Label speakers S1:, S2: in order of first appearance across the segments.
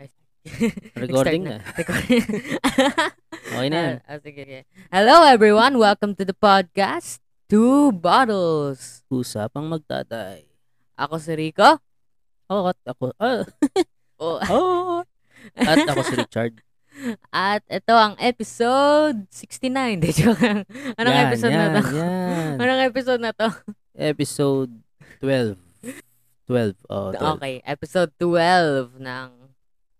S1: Ay,
S2: Recording na.
S1: Nag-start Recording.
S2: Okay na yan.
S1: Ah, ah, sige, sige. Hello everyone, welcome to the podcast Two Bottles.
S2: Usapang magtatay.
S1: Ako si Rico.
S2: Oh, at ako. ah,
S1: Oh,
S2: oh. At ako si Richard.
S1: at ito ang episode 69. Di, joke lang. Anong
S2: Yan,
S1: episode
S2: yan,
S1: na to?
S2: Yan.
S1: Anong episode na to?
S2: Episode 12. 12. Oh, 12.
S1: Okay, episode 12 ng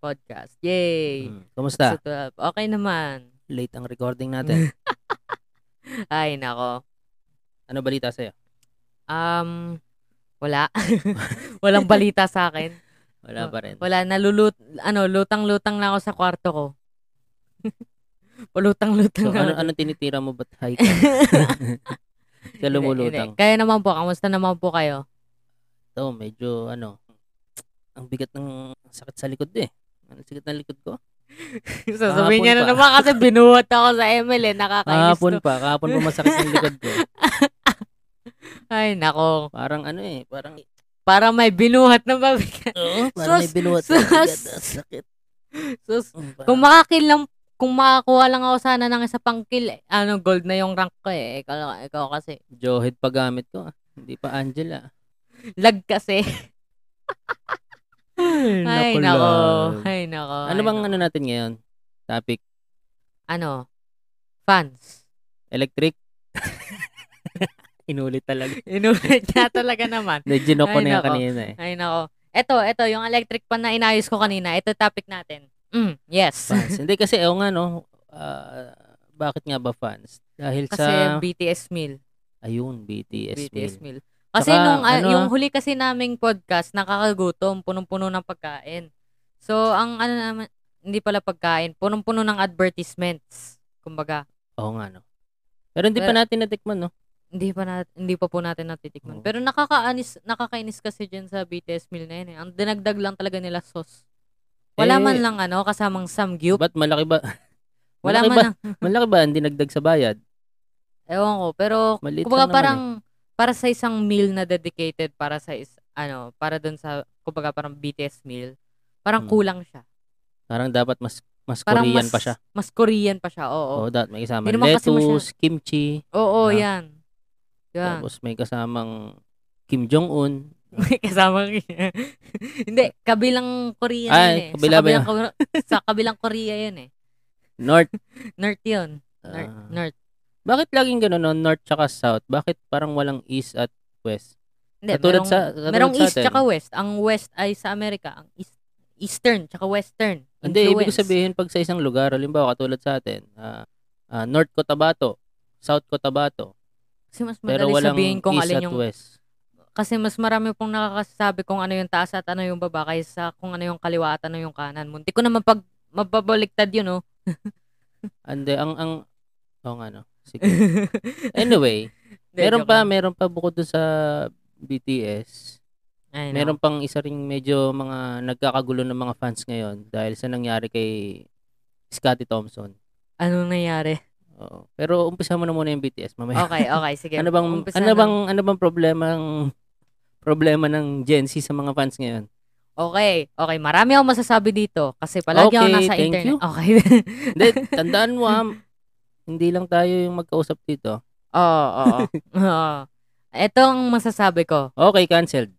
S1: podcast. Yay!
S2: Mm. Kamusta?
S1: Episode 12. Okay naman.
S2: Late ang recording natin.
S1: Ay, nako.
S2: Ano balita sa'yo?
S1: Um, wala. Walang balita sa akin.
S2: Wala pa rin.
S1: Wala, nalulut, ano, lutang-lutang na ako sa kwarto ko. Palutang-lutang
S2: So,
S1: na
S2: ano,
S1: ako.
S2: ano tinitira mo ba't high ka?
S1: Hindi,
S2: Ka lumulutang.
S1: hindi. Kaya naman po, kamusta naman po kayo?
S2: Ito, medyo ano. Ang bigat ng sakit sa likod eh. Ang sakit ng likod ko.
S1: Sasabihin niya na
S2: Kahapon pa.
S1: naman kasi binuhat ako sa ML eh, nakakainis
S2: Kahapon
S1: to.
S2: pa. Kahapon pa masakit ang likod ko.
S1: Ay, nako.
S2: Parang ano eh. Parang
S1: Para may binuhat na mabigat.
S2: Oo, parang may
S1: Sus!
S2: binuhat.
S1: Sus!
S2: Ang bigat, ang sakit.
S1: Sus,
S2: Mm, parang-
S1: kung makakil lang, kung makakuha lang ako sana ng isa pang kill, eh, ano, gold na yung rank ko eh. Ikaw, ikaw kasi.
S2: Johead pa gamit ko. ah. Hindi pa Angela.
S1: Lag kasi. Ay, nako.
S2: Ay,
S1: Ay, nako.
S2: ano
S1: Ay,
S2: bang
S1: nako.
S2: ano natin ngayon? Topic,
S1: ano, fans.
S2: electric. Inulit talaga.
S1: Inulit niya talaga naman.
S2: Hindi, ginok ko
S1: Ay,
S2: na yan
S1: nako.
S2: kanina eh.
S1: Ay, nako. Eto, eto, yung electric pan na inayos ko kanina. Ito topic natin. Mm, yes.
S2: Fans. Hindi kasi, ewan nga no, ah, bakit nga ba fans? Dahil
S1: Kasi
S2: sa,
S1: BTS meal.
S2: ayun, BTS.
S1: BTS meal.
S2: meal.
S1: Kasi
S2: Tsaka,
S1: nung, ah,
S2: ano,
S1: yung
S2: ah?
S1: huli kasi naming podcast, nakakagutom, punong-puno ng pagkain. So, ang ano naman, hindi pala pagkain, punong-puno ng advertisements. Kumbaga,
S2: Oo nga no. Pero hindi pa
S1: Pero-
S2: natin natikman no.
S1: hindi pa na, hindi pa po natin natitikman.
S2: Oo.
S1: Pero nakakaanis, nakakainis kasi dyan sa BTS meal na yun eh. Ang dinagdag lang talaga nila sauce. Wala
S2: Eh,
S1: man lang ano, kasamang samgyup.
S2: Ba't malaki ba?
S1: Wala
S2: malaki
S1: man
S2: ba,
S1: lang.
S2: Malaki ba ang dinagdag sa bayad?
S1: Ewan ko, pero
S2: Maliit
S1: kumbaga
S2: lang
S1: parang
S2: naman eh.
S1: para sa isang meal na dedicated para sa is, ano, para doon sa kumbaga parang BTS meal, parang
S2: Hmm.
S1: kulang siya.
S2: eh. Parang dapat mas mas
S1: Parang mas,
S2: Korean pa siya. Oh,
S1: Mas Korean pa siya. Oo. Oo,
S2: Oo, dapat may kasama
S1: Hindi naman kasi
S2: lettuce, kimchi,
S1: oo,
S2: Ah.
S1: yan. Yan.
S2: Tapos may kasamang Kim Jong-un.
S1: May kasama ka- Hindi, kabilang Korea
S2: Ay,
S1: yun eh.
S2: Ah, kabila
S1: sa
S2: ba yun?
S1: kabilang, Kor- sa kabilang Korea yun eh.
S2: North.
S1: North yun. North.
S2: ah.
S1: North.
S2: bakit laging ganun, no? North tsaka South? Bakit parang walang East at West?
S1: Hindi,
S2: Katulad
S1: merong,
S2: sa- katulad
S1: merong
S2: sa
S1: east
S2: atin.
S1: tsaka west. Ang west ay sa Amerika. Ang east, eastern tsaka western.
S2: Hindi, ibig
S1: influence.
S2: sabihin pag sa isang lugar, halimbawa katulad sa atin, ah, ah, North Cotabato, South Cotabato,
S1: Kasi mas madali
S2: pero walang
S1: sabihin kung
S2: East
S1: alin
S2: at
S1: yung...
S2: West.
S1: Kasi mas marami pong nakakasabi kung ano yung taas at ano yung baba kaysa kung ano yung kaliwa at ano yung kanan. Munti ko na mapag, mababaliktad yun, oh.
S2: Ande, ang, ang, oh nga no, sige. Anyway,
S1: Hindi,
S2: meron
S1: joke
S2: pa,
S1: lang.
S2: meron pa bukod dun sa BTS,
S1: Ay, no.
S2: Meron pang isa ring medyo mga nagkakagulo ng mga fans ngayon dahil sa nangyari kay Scottie Thompson.
S1: Anong nangyari?
S2: Oo. Pero umpisa mo na muna yung BTS mamaya.
S1: Okay, okay, sige.
S2: ano bang
S1: Umpisa na.
S2: ano bang ano bang problema ng problema ng Gen Z sa mga fans ngayon?
S1: Okay, okay. Marami akong masasabi dito kasi palagi ako
S2: Okay,
S1: nasa
S2: thank
S1: internet.
S2: you.
S1: Okay.
S2: Hindi tandaan mo ah, hindi lang tayo yung magkausap dito.
S1: Oo, oo. Oo. Ito ang masasabi ko.
S2: Okay, canceled.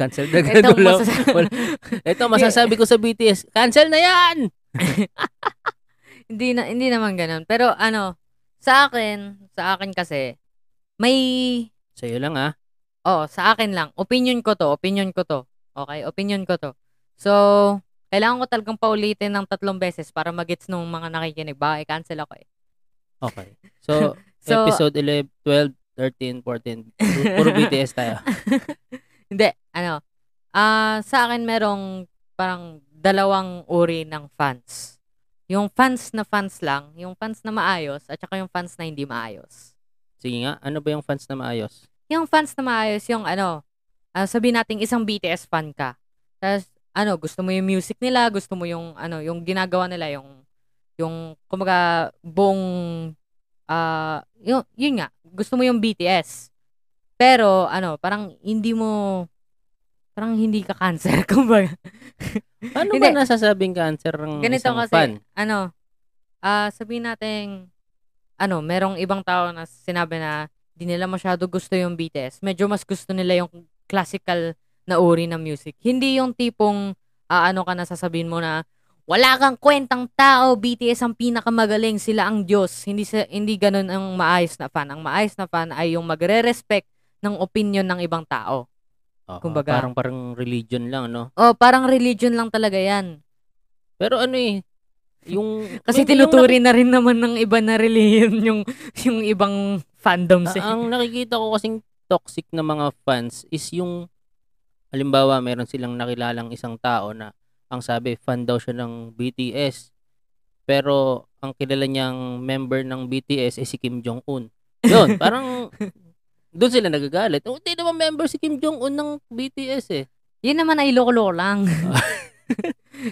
S2: Cancel na
S1: Ito ang
S2: gulo.
S1: masasabi
S2: Wala. Ito masasabi ko sa BTS, cancel na 'yan.
S1: hindi na hindi naman ganoon. Pero ano, sa akin, sa akin kasi may
S2: Sa'yo lang ah.
S1: oh, sa akin lang. Opinion ko to, opinion ko to. Okay, opinion ko to. So, kailangan ko talagang paulitin ng tatlong beses para magets nung mga nakikinig. Baka i-cancel ako eh.
S2: Okay. So,
S1: So,
S2: episode 11, 12, 13, 14. Pu- Puro BTS tayo.
S1: Hindi, ano. Ah, sa akin merong parang dalawang uri ng fans. Yung fans na fans lang, yung fans na maayos at saka yung fans na hindi maayos.
S2: Sige nga, ano ba yung fans na maayos?
S1: Yung fans na maayos, yung ano, ah, sabihin natin isang BTS fan ka. Tapos ano, gusto mo yung music nila, gusto mo yung ano, yung ginagawa nila, yung yung kumaga buong ah, yung yun nga, gusto mo yung BTS. Pero ano, parang hindi mo parang hindi ka cancer kumbaga.
S2: Ano
S1: Hindi.
S2: ba nasasabing cancer ng
S1: Ganito
S2: isang
S1: kasi,
S2: fan?
S1: ano, ah sabihin natin, ano, merong ibang tao na sinabi na di nila masyado gusto yung BTS. Medyo mas gusto nila yung classical na uri ng music. Hindi yung tipong, ah, ano ka na sasabihin mo na, wala kang kwentang tao, BTS ang pinakamagaling, sila ang Diyos. Hindi, sa, hindi ganun ang maayos na fan. Ang maayos na fan ay yung magre-respect ng opinion ng ibang tao.
S2: Oo,
S1: kumbaga.
S2: Parang parang religion lang, no?
S1: Oh, parang religion lang talaga yan.
S2: Pero ano eh, yung...
S1: Kasi
S2: yung- yung
S1: tinuturi na rin naman ng iba na religion yung, yung ibang fandoms. eh.
S2: Ah, ang nakikita ko kasing toxic na mga fans is yung halimbawa meron silang nakilalang isang tao na ang sabi fan daw siya ng BTS pero ang kilala niyang member ng BTS ay si Kim Jong Un. Yun, parang doon sila nagagalit. Oh, Hindi naman member si Kim Jong Un ng BTS eh.
S1: Yun naman ay loko-loko lang.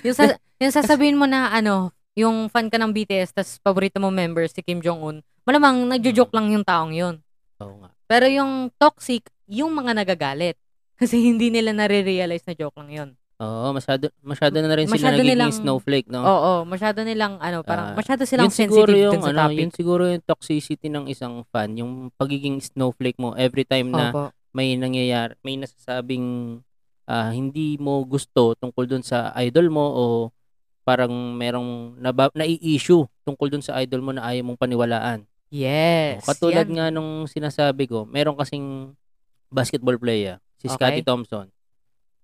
S1: yung, sa, yung sasabihin mo na ano, yung fan ka ng BTS tas paborito mo member si Kim Jong-un, malamang nagjo-joke lang yung taong yun.
S2: Oo nga.
S1: Pero yung toxic, yung mga nagagalit. Kasi hindi nila nare-realize na joke lang yun.
S2: Oo, masyado masyado na rin sila
S1: Masyado
S2: nagiging
S1: nilang-
S2: snowflake, no?
S1: Oo, masyado nilang ano, parang
S2: Oh. Ah,
S1: masyado silang
S2: yun siguro
S1: sensitive
S2: yung
S1: dun sa
S2: ano,
S1: topic.
S2: yun siguro yung toxicity ng isang fan, yung pagiging snowflake mo every time na
S1: Opo.
S2: may nangyayari, may nasasabing ah, hindi mo gusto tungkol dun sa idol mo o parang merong naba- nai-issue tungkol dun sa idol mo na ayaw mong paniwalaan.
S1: Yes.
S2: O, Oh, katulad
S1: yan.
S2: nga nung sinasabi ko, meron kasing basketball player, si Scottie
S1: Okay.
S2: Thompson.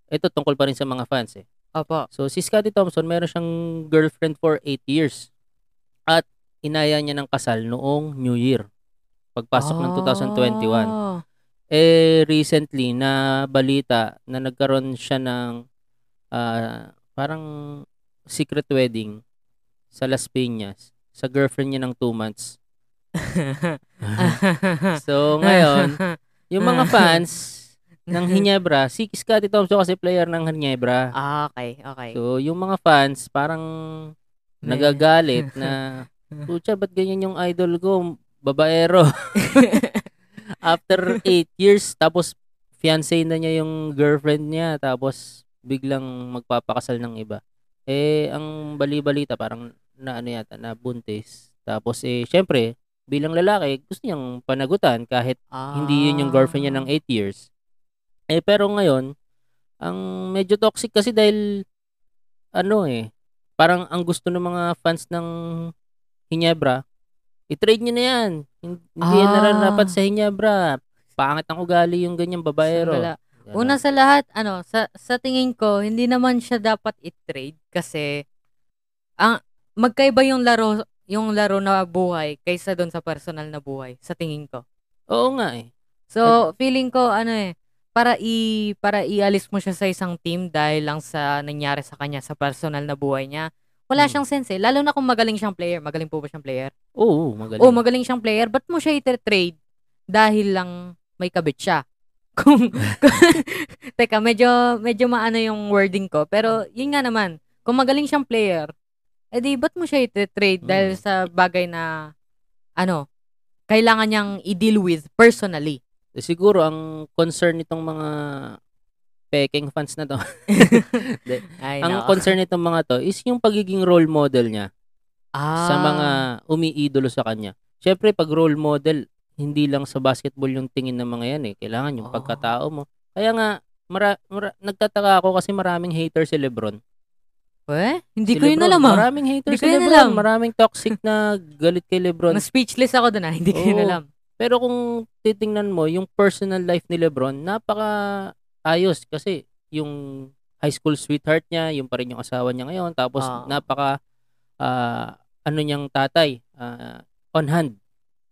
S2: Ito tungkol pa rin sa mga fans eh.
S1: Opo.
S2: So si Scottie Thompson, meron siyang girlfriend for 8 years. At inaya niya ng kasal noong New Year. Pagpasok ng 2021
S1: Oh.
S2: eh recently na balita na nagkaroon siya ng ah, parang secret wedding sa Las Piñas sa girlfriend niya ng two months.
S1: Ah.
S2: so ngayon, yung mga fans ng Hinebra, si Scottie Thompson kasi player ng Hinebra.
S1: Ah, okay, okay.
S2: So yung mga fans parang
S1: May-
S2: nagagalit na Pucha, ba't ganyan yung idol ko? Babaero. After 8 years, tapos fiancé na niya yung girlfriend niya, tapos biglang magpapakasal ng iba. Eh, ang bali-balita, parang na ano yata, na buntis. Tapos eh, syempre, bilang lalaki, gusto niyang panagutan kahit
S1: Ah.
S2: hindi yun yung girlfriend niya ng 8 years. Eh, pero ngayon, ang medyo toxic kasi dahil, ano eh, parang ang gusto ng mga fans ng Hinebra, i-trade niyo na yan. Hin- Hindi yan
S1: Ah.
S2: nararapat sa Hinebra. Pangit ang ugali yung ganyang babaero.
S1: Wala.
S2: Ganon.
S1: Una sa lahat, ano, sa, sa tingin ko, hindi naman siya dapat i-trade kasi ang magkaiba yung laro yung laro na buhay kaysa doon sa personal na buhay sa tingin ko.
S2: Oo nga eh.
S1: So, feeling ko ano eh para i para ialis mo siya sa isang team dahil lang sa nangyari sa kanya sa personal na buhay niya. Wala
S2: Hmm.
S1: siyang sense, eh. lalo na kung magaling siyang player. Magaling po ba siyang player?
S2: Oo, magaling.
S1: Oh, magaling siyang player, ba't mo siya i-trade dahil lang may kabit siya? Kung, teka, medyo, medyo maano yung wording ko. Pero, yun nga naman, kung magaling siyang player, edi ba't mo siya i-trade dahil
S2: Mm.
S1: sa bagay na, ano, kailangan niyang i-deal with personally.
S2: Eh, Siguro, ang concern nitong mga peking fans na to,
S1: Ay,
S2: ang
S1: nako.
S2: concern nitong mga to is yung pagiging role model niya. sa
S1: Ah,
S2: mga umiidolo sa kanya. Siyempre, pag role model, hindi lang sa basketball yung tingin ng mga yan eh. Kailangan yung
S1: Oo.
S2: pagkatao mo. Kaya nga, mara- mara- nagtataka ako kasi maraming hater si Lebron.
S1: Eh? Hindi
S2: Si
S1: ko yun
S2: Lebron,
S1: alam ah.
S2: Maraming hater
S1: Hindi
S2: si
S1: ko yun
S2: Lebron.
S1: alam.
S2: Maraming toxic na galit kay Lebron.
S1: Mas speechless ako dun ah. Hindi ko yun
S2: Oo.
S1: alam.
S2: Pero kung titingnan mo, yung personal life ni Lebron, napaka ayos kasi yung high school sweetheart niya, yung pa rin yung asawa niya ngayon, tapos
S1: Ah.
S2: napaka ah, ano niyang tatay, ah, on hand.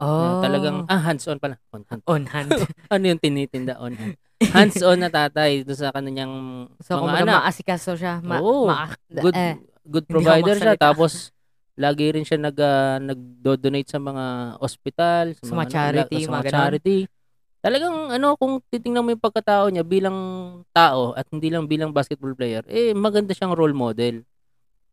S1: Oh.
S2: Na talagang, ah, hands-on pala. On hand.
S1: on hand.
S2: Ano yung tinitinda on hand? Hands-on na tatay doon sa kanyang
S1: so, kung
S2: mga anak.
S1: maasikaso siya, ma-
S2: Oo.
S1: ma-
S2: Good,
S1: eh,
S2: good
S1: ako
S2: provider siya.
S1: magsalita.
S2: Tapos, lagi rin siya nag, ah, nagdo-donate sa mga ospital, sa,
S1: Sa mga
S2: ano,
S1: charity,
S2: sa
S1: mga
S2: mga
S1: ganon.
S2: charity. Talagang, ano, kung titingnan mo yung pagkatao niya bilang tao at hindi lang bilang basketball player, eh, maganda siyang role model.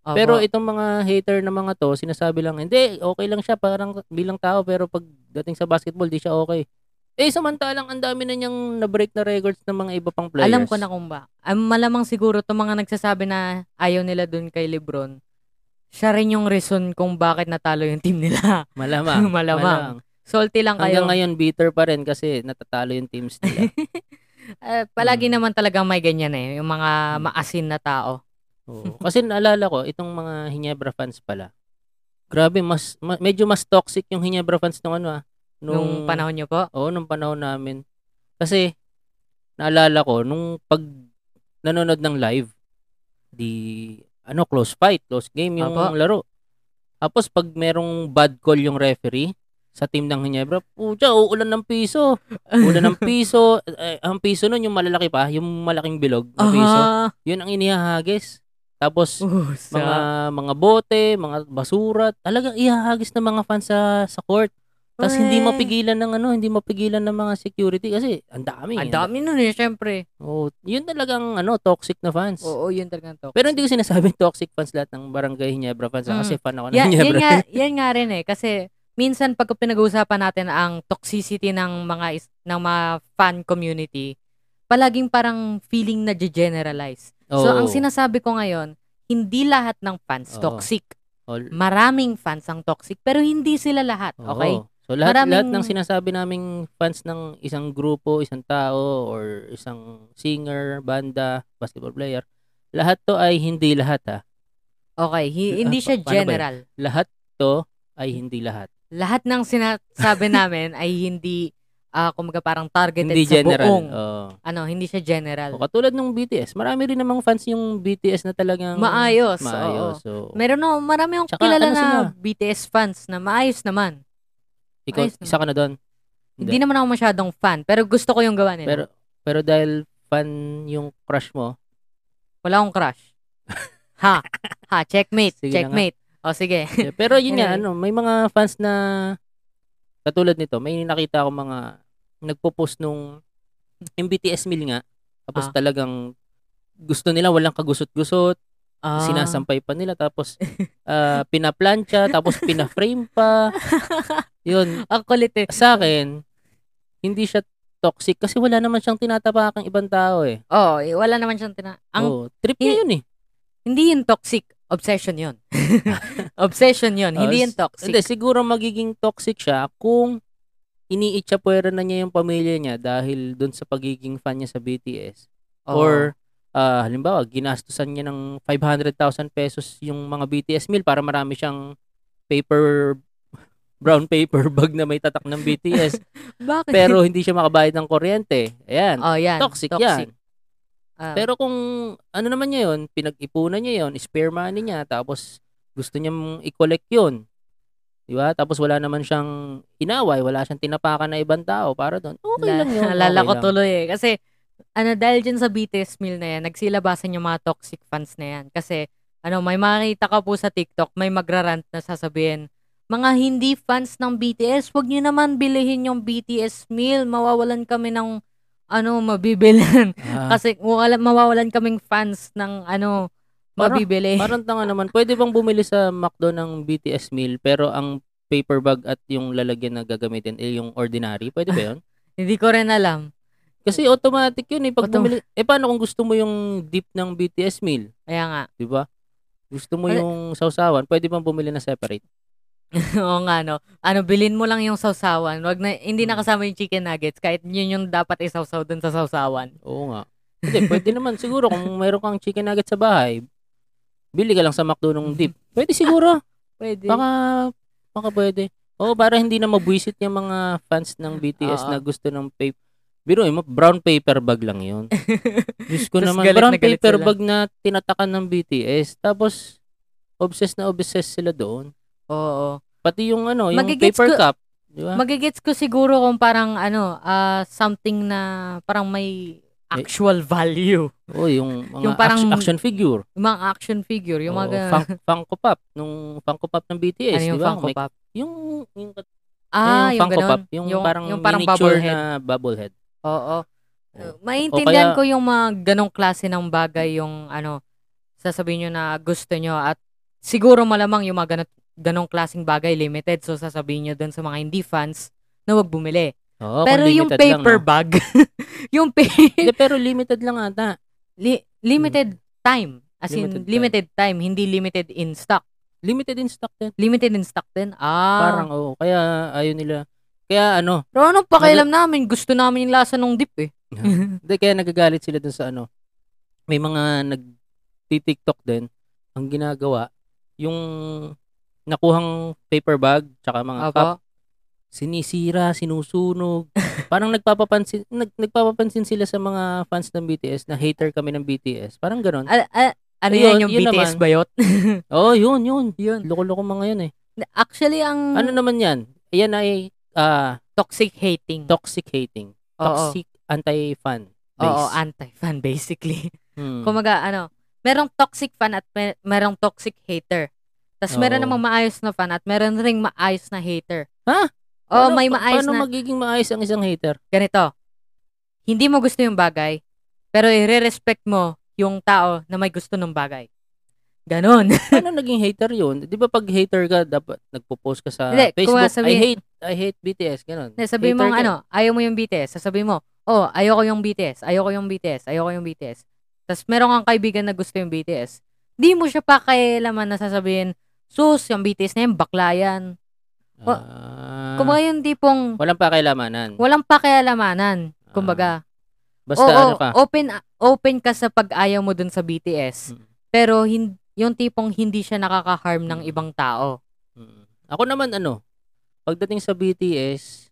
S1: Opo.
S2: Pero itong mga hater na mga to, sinasabi lang, hindi, okay lang siya parang bilang tao, pero pagdating sa basketball, di siya okay. Eh, samantalang ang dami na niyang na-break na records ng mga iba pang players.
S1: Alam ko na kung ba. Ang malamang siguro itong mga nagsasabi na ayaw nila dun kay Lebron, siya rin yung reason kung bakit natalo yung team nila.
S2: Malamang.
S1: Malamang. Salty lang kayo.
S2: Hanggang ngayon, bitter pa rin kasi natatalo yung teams nila.
S1: Eh, palagi
S2: Mm.
S1: naman talaga may ganyan eh. Yung mga
S2: Mm.
S1: maasin na tao.
S2: Oo. Kasi naalala ko, itong mga Hinyebra fans pala, grabe, mas, ma- medyo mas toxic yung Hinyebra fans nung ano ah.
S1: Nung, panahon nyo po.
S2: Oo, nung panahon namin. Kasi, naalala ko, nung pag nanonood ng live, di, ano, close fight, close game yung
S1: Apo.
S2: laro. Tapos, pag merong bad call yung referee, sa team ng Hinebra, pucha, uulan ng piso. Ulan ng piso. Eh, ang piso nun, yung malalaki pa, yung malaking bilog na piso.
S1: Aha.
S2: Yun ang inihahagis. Tapos,
S1: Uh, sa-
S2: mga mga bote, mga basura, talagang ihahagis ng mga fans sa, sa court. Tapos hindi
S1: Correct.
S2: mapigilan ng ano, hindi mapigilan ng mga security kasi ang dami.
S1: Ang dami nun eh, syempre.
S2: Oh, yun talagang ano, toxic na fans.
S1: Oo, yun talaga to.
S2: Pero hindi ko sinasabing toxic fans lahat ng Barangay Hinebra fans
S1: Mm.
S2: ah, kasi fan ako ng
S1: Yeah, yan,
S2: Hinebra.
S1: nga, yan nga rin eh. Kasi minsan pag pinag-uusapan natin ang toxicity ng mga is- ng mga fan community, palaging parang feeling na generalize. So ang
S2: Oo.
S1: sinasabi ko ngayon, hindi lahat ng fans
S2: Oo.
S1: toxic.
S2: All-
S1: Maraming fans ang toxic pero hindi sila lahat,
S2: Oo.
S1: okay?
S2: So lahat lahat
S1: Maraming-
S2: ng sinasabi naming fans ng isang grupo, isang tao or isang singer, banda, basketball player, lahat to ay hindi lahat ha.
S1: Okay, hi-
S2: Ah,
S1: hindi
S2: pa-
S1: siya
S2: paano ba yun?
S1: general.
S2: Lahat to ay hindi lahat.
S1: Lahat ng sinasabi namin ay hindi ah kumbaga parang targeted
S2: hindi
S1: sa
S2: general.
S1: buong.
S2: Oo.
S1: Ano, hindi siya general.
S2: O, katulad ng BTS, marami rin namang fans yung BTS na talagang
S1: Maayos, oo.
S2: maayos. So,
S1: Meron no, marami akong
S2: Tsaka,
S1: kilala
S2: ano
S1: na
S2: sila?
S1: BTS fans na maayos naman.
S2: ikaw,
S1: ayos naman.
S2: isa ka na doon.
S1: Hindi naman ako masyadong fan, pero gusto ko yung gawa nila.
S2: Pero, pero dahil fan yung crush mo,
S1: Wala akong crush. ha? Ha? Checkmate.
S2: Sige na nga.
S1: checkmate. O sige.
S2: Yeah, pero yun nga,
S1: Anyway.
S2: ano, may mga fans na katulad nito, may nakita ako mga nagpo-post nung MBTS meal nga. Tapos
S1: Ah.
S2: talagang gusto nila walang kagusot-gusot,
S1: Ah.
S2: sinasampay pa nila tapos ah, pinaplantsa, tapos pinaframe pa. Yun,
S1: Ang kulit eh.
S2: sa akin hindi siya toxic kasi wala naman siyang tinatapakang ibang tao eh.
S1: Oo, eh, wala naman siyang tina... Ang,
S2: Oo, trip
S1: hi-
S2: niya yun eh.
S1: Hindi yun toxic. Obsession yun. Obsession yun.
S2: Oh,
S1: hindi yun
S2: s-
S1: toxic.
S2: Hindi, siguro magiging toxic siya kung iniitsapwera na niya yung pamilya niya dahil doon sa pagiging fan niya sa BTS.
S1: Oo.
S2: Or, ah, halimbawa, ginastusan niya ng 500,000 pesos yung mga BTS meal para marami siyang paper, brown paper bag na may tatak ng BTS.
S1: Bakit?
S2: pero hindi siya makabayad ng kuryente. Ayan,
S1: oh, yan.
S2: toxic, yan.
S1: Ah,
S2: Pero kung ano naman niya yun, pinag-ipunan niya yun, spare money niya, tapos gusto niya i-collect yun. Di ba? Tapos wala naman siyang inaway, wala siyang tinapakan na ibang tao para doon. Okay
S1: La-
S2: lang yun.
S1: Alala
S2: okay
S1: ko
S2: lang.
S1: tuloy eh. Kasi, ano, dahil dyan sa BTS meal na yan, nagsilabasan yung mga toxic fans na yan. Kasi, ano, may makita ka po sa TikTok, may magrarant na sasabihin, mga hindi fans ng BTS, wag nyo naman bilihin yung BTS meal. Mawawalan kami ng, ano, mabibilan.
S2: Ah,
S1: Kasi, wala, mawawalan kaming fans ng, ano,
S2: Parang-
S1: mabibili.
S2: parang tanga naman, pwede bang bumili sa McDo ng BTS meal pero ang paper bag at yung lalagyan na gagamitin eh, yung ordinary? Pwede ba yun?
S1: Hindi ko rin alam.
S2: Kasi automatic yun eh. Pag
S1: Autom-
S2: bumili, eh paano kung gusto mo yung dip ng BTS meal?
S1: Kaya nga.
S2: Di ba? Gusto mo
S1: Ano-
S2: yung sausawan, pwede bang bumili na separate?
S1: Oo nga, no. Ano, bilin mo lang yung sausawan. Wag na, hindi na
S2: Mm.
S1: kasama yung chicken nuggets. Kahit yun yung dapat isawsaw dun sa sausawan.
S2: Oo nga. Hindi, pwede naman. Siguro kung meron kang chicken nugget sa bahay, bili ka lang sa McDo ng dip. Pwede siguro.
S1: Pwede.
S2: Baka, baka pwede. Oo, para hindi na mabwisit yung mga fans ng BTS
S1: Oo.
S2: na gusto ng paper. Biro mo, brown paper bag lang yun. Diyos ko
S1: Tas
S2: naman,
S1: galit
S2: brown
S1: na galit
S2: paper
S1: sila.
S2: bag na tinatakan ng BTS. Tapos, obsessed na obsessed sila doon.
S1: Oo.
S2: Pati yung ano, yung
S1: Magigets
S2: paper
S1: ko-
S2: cup. Di ba?
S1: Magigets ko siguro kung parang ano, ah, something na parang may actual value.
S2: Oo, yung mga
S1: Yung parang-
S2: action, action figure.
S1: Yung mga action figure, yung mga
S2: Oo,
S1: ganun.
S2: Fun- Funko Pop. Nung Funko Pop ng BTS.
S1: ano yung
S2: di ba?
S1: Funko
S2: May-
S1: Pop?
S2: Yung, yung,
S1: Ah,
S2: yung
S1: yung,
S2: Funko
S1: ganun.
S2: Pop. Yung, parang, miniature
S1: bubblehead.
S2: na bubblehead.
S1: Oo.
S2: Oo. Eh,
S1: Maintindihan
S2: kaya-
S1: ko yung mga ganong klase ng bagay yung ano, sasabihin nyo na gusto nyo at siguro malamang yung mga ganong, ganong klaseng bagay limited. So sasabihin nyo dun sa mga hindi fans na wag bumili.
S2: Oo, kung
S1: pero yung
S2: limited lang,
S1: paper
S2: no?
S1: bag, yung
S2: Hindi,
S1: pa-
S2: pero limited lang ata.
S1: li- limited time. As in,
S2: Limited time.
S1: limited time. Hindi limited in stock.
S2: Limited in stock din.
S1: Limited in stock din? Ah.
S2: Parang oo. Kaya ayaw nila. Kaya ano,
S1: Pero anong pakialam namin? Gusto namin yung lasa nung dip eh.
S2: hindi, kaya nagagalit sila dun sa ano. May mga nag-tiktok din. Ang ginagawa, yung nakuhang paper bag, tsaka mga cup,
S1: Apo.
S2: sinisira, sinusunog. parang nagpapapansin nag, nagpapapansin sila sa mga fans ng BTS na hater kami ng BTS. Parang ganon.
S1: Al- al- ano
S2: Ayun,
S1: yan, yung
S2: yun
S1: BTS
S2: naman.
S1: bayot?
S2: Oo, oh, yun, yun.
S1: yun. Hmm.
S2: Loko-loko mga yun eh.
S1: Actually, ang
S2: Ano naman yan? Yan ay ah,
S1: toxic hating.
S2: toxic hating.
S1: Oo.
S2: Toxic anti-fan
S1: Oo,
S2: base.
S1: anti-fan basically.
S2: Hmm.
S1: Kumaga, ano, merong toxic fan at mer- merong toxic hater. Tapos meron
S2: Oo.
S1: namang maayos na fan at meron ring maayos na hater. Oo,
S2: Ha?
S1: oh,
S2: Paano-
S1: may
S2: pa-
S1: maayos
S2: Paano
S1: na
S2: magiging maayos ang isang hater?
S1: ganito. Hindi mo gusto yung bagay, pero i-respect mo yung tao na may gusto ng bagay. Ganon.
S2: Paano naging hater yun? Di ba pag hater ka, dapat nagpo-post ka sa
S1: Hindi, kung
S2: Facebook,
S1: sabihin-
S2: I hate I hate BTS, ganun.
S1: Na sabi mo
S2: Hater ka.
S1: ano, ayaw mo yung BTS, sasabihin mo, "Oh, ayoko yung BTS, ayoko yung BTS, ayoko yung BTS." Tapos meron kang kaibigan na gusto yung BTS. Di mo siya pa kailaman na sasabihin, "Sus, yung BTS na yan, bakla yan." wa-
S2: Ah,
S1: Kumbaga yung tipong
S2: walang pakilamanan.
S1: walang pakialamanan, kumbaga.
S2: Ah. Basta
S1: Oo,
S2: ano ka.
S1: open open ka sa pag-ayaw mo dun sa BTS.
S2: Mm.
S1: Pero hin- yung tipong hindi siya nakaka-harm ng
S2: Mm.
S1: ibang tao.
S2: Mm. Ako naman ano, pagdating sa BTS,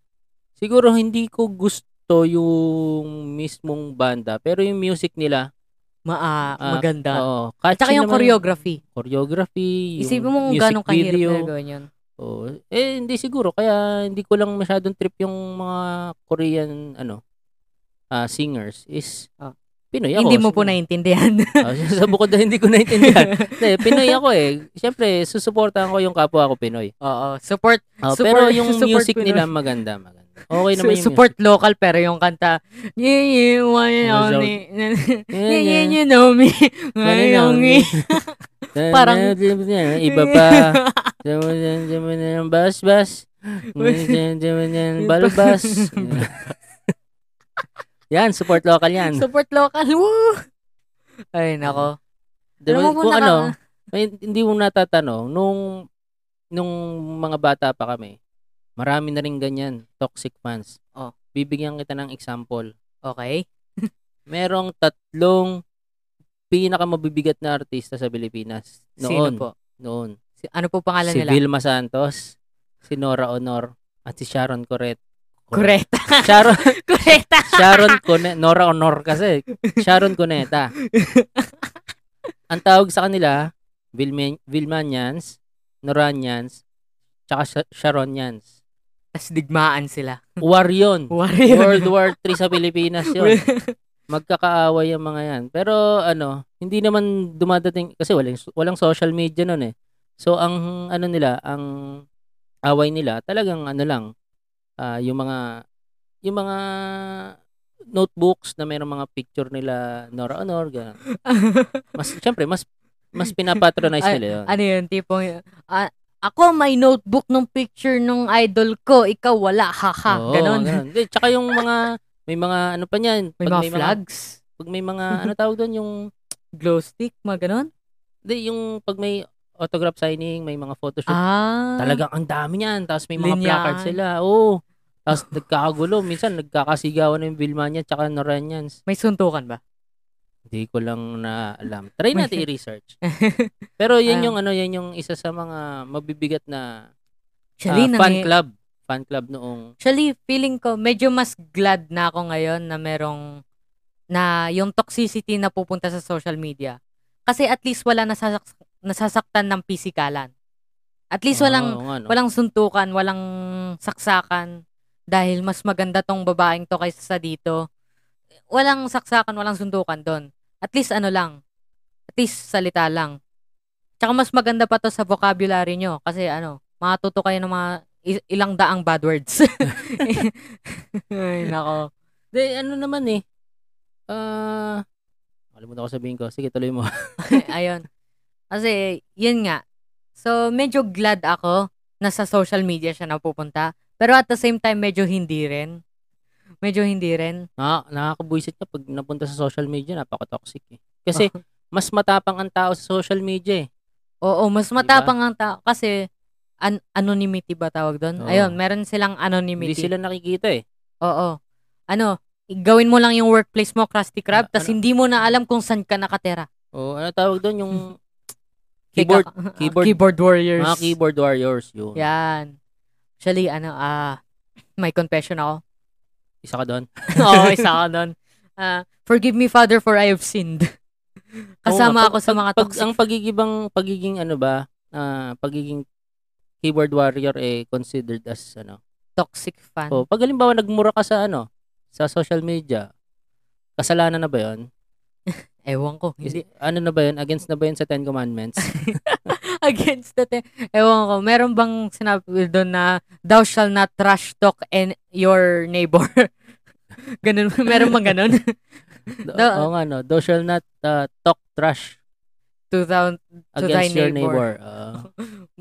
S2: siguro hindi ko gusto yung mismong banda, pero yung music nila,
S1: Maa,
S2: Ah,
S1: maganda.
S2: oo,
S1: At
S2: catchy
S1: saka yung
S2: naman.
S1: choreography.
S2: choreography, yung
S1: Isipin mo kung
S2: music
S1: gano'ng kahirap
S2: video.
S1: na gawin yun.
S2: Oo. eh, hindi siguro. Kaya hindi ko lang masyadong trip yung mga Korean, ano, ah, singers is
S1: Ah.
S2: Pinoy ako.
S1: hindi mo po
S2: siguro.
S1: naiintindihan.
S2: Ah, sa bukod na hindi ko naintindihan. Hindi, Pinoy ako eh. Siyempre, susuportahan ko yung kapwa ko Pinoy.
S1: Oo, support
S2: Ah,
S1: Support-
S2: pero yung
S1: support
S2: music
S1: Pinoy.
S2: nila maganda, maganda. Okay naman yung
S1: su- support local pero yung kanta yeah, yeah, why you know
S2: Result.
S1: me
S2: music.
S1: yeah, yeah, you know me Ano why you know me Parang-
S2: Iba pa. Jaman yan, jaman yan, bas, bas. Jaman yan, balbas. yan, support local yan.
S1: support local woo ay nako
S2: Di
S1: Alam
S2: ba,
S1: mo po,
S2: kung
S1: naka-
S2: ano, may, hindi mo natatanong, nung, nung mga bata pa kami, marami na rin ganyan, toxic fans.
S1: Oh.
S2: Bibigyan kita ng example.
S1: okay
S2: Merong tatlong pinakamabibigat na artista sa Pilipinas.
S1: sino
S2: Noon.
S1: po
S2: Noon.
S1: si, ano po pangalan
S2: si
S1: nila
S2: Vilma Santos, si Nora Honor, at si Sharon Coret.
S1: Kureta
S2: Sharon,
S1: Kureta
S2: Sharon Cone, Nora Honor kasi. Sharon Cuneta. Ang tawag sa kanila, Vilman, Vilmanians, Noranians, tsaka Sha- Sharonians.
S1: tas digmaan sila
S2: War yun.
S1: warrior
S2: World War III sa Pilipinas yun. Magkakaaway yung mga yan. Pero ano, hindi naman dumadating, kasi walang, walang social media nun eh. So ang ano nila, ang away nila, talagang ano lang, ah, yung mga, yung mga notebooks na mayroong mga picture nila Nora Honor, ganun. Mas, syempre, mas, mas pinapatronize
S1: Ay,
S2: nila yun.
S1: ano yun tipong ah, ako may notebook ng picture nung idol ko ikaw wala haha
S2: Oo,
S1: ganon
S2: Hindi, tsaka yung mga, may mga ano pa niyan.
S1: may mga
S2: pag
S1: flags
S2: pag may mga, ano tawag doon, yung,
S1: glow stick mga ganon
S2: hindi, yung pag may autograph signing, may mga photoshoot.
S1: ah
S2: Talagang ang dami niyan. Tapos may mga
S1: Linyahan.
S2: placards sila. Oo. Tapos nagkakagulo. Minsan nagkakasigawan ng Vilmanian tsaka Noranians.
S1: may suntukan ba
S2: Hindi ko lang na alam. Try
S1: May-
S2: natin i-research. Pero
S1: Ah.
S2: yun yung ano, yun yung isa sa mga mabibigat na ah,
S1: Actually,
S2: fan
S1: nangy-
S2: club. Fan club noong
S1: actually, feeling ko, medyo mas glad na ako ngayon na merong, na yung toxicity na pupunta sa social media. Kasi at least wala nasasak, nasasaktan ng pisikalan. At least walang,
S2: Oo ano. nga, no?
S1: walang suntukan, walang saksakan. Dahil mas maganda tong babaeng to kaysa sa dito. Walang saksakan, walang suntukan doon. At least ano lang. At least salita lang. Tsaka mas maganda pa to sa vocabulary nyo. Kasi ano, matuto kayo ng mga i- ilang daang bad words. Ay, nako.
S2: De, ano naman eh. Ah, kalimutan ko sabihin ko. Sige, tuloy mo.
S1: Ayun. Kasi, yun nga. So, medyo glad ako na sa social media siya napupunta. Pero at the same time, medyo hindi rin. medyo hindi rin.
S2: Na, nakakabuisit ka pag napunta sa social media, napaka-toxic eh. Kasi
S1: Oh.
S2: mas matapang ang tao sa social media eh.
S1: Oo, mas
S2: Diba?
S1: matapang ang tao kasi an- anonymity ba tawag doon?
S2: Oo.
S1: Ayun, meron silang
S2: Hindi
S1: anonymity.
S2: sila nakikita eh.
S1: Oo. Ano, gawin mo lang yung workplace mo, Krusty Krab,
S2: Ah,
S1: tas
S2: ano?
S1: hindi mo na alam kung saan ka nakatera.
S2: O ano tawag doon yung
S1: Kika-
S2: keyboard keyboard-
S1: keyboard warriors.
S2: mga keyboard warriors yun.
S1: Yan. Actually, ano, ah, may confession ako.
S2: Isa ka doon.
S1: Oo, isa ako nun. Ah, forgive me, Father, for I have sinned. Kasama ako sa mga
S2: pag,
S1: toxic.
S2: ang pagigibang pagiging ano ba, ah, pagiging keyboard warrior eh considered as ano.
S1: toxic fan.
S2: O pag halimbawa nagmura ka sa ano, sa social media, kasalanan na ba 'yon?
S1: Ewan ko. Hindi.
S2: ano na ba 'yon? Against na ba 'yon sa Ten Commandments?
S1: Against the... Te- Ewan ko. Meron bang sinabi doon na thou shall not trash talk and your neighbor? ganun. Meron bang ganun?
S2: Do-
S1: No.
S2: Oo nga no. Thou shall not ah, talk trash
S1: to thou, To thy
S2: against your
S1: neighbor.
S2: neighbor. Oo.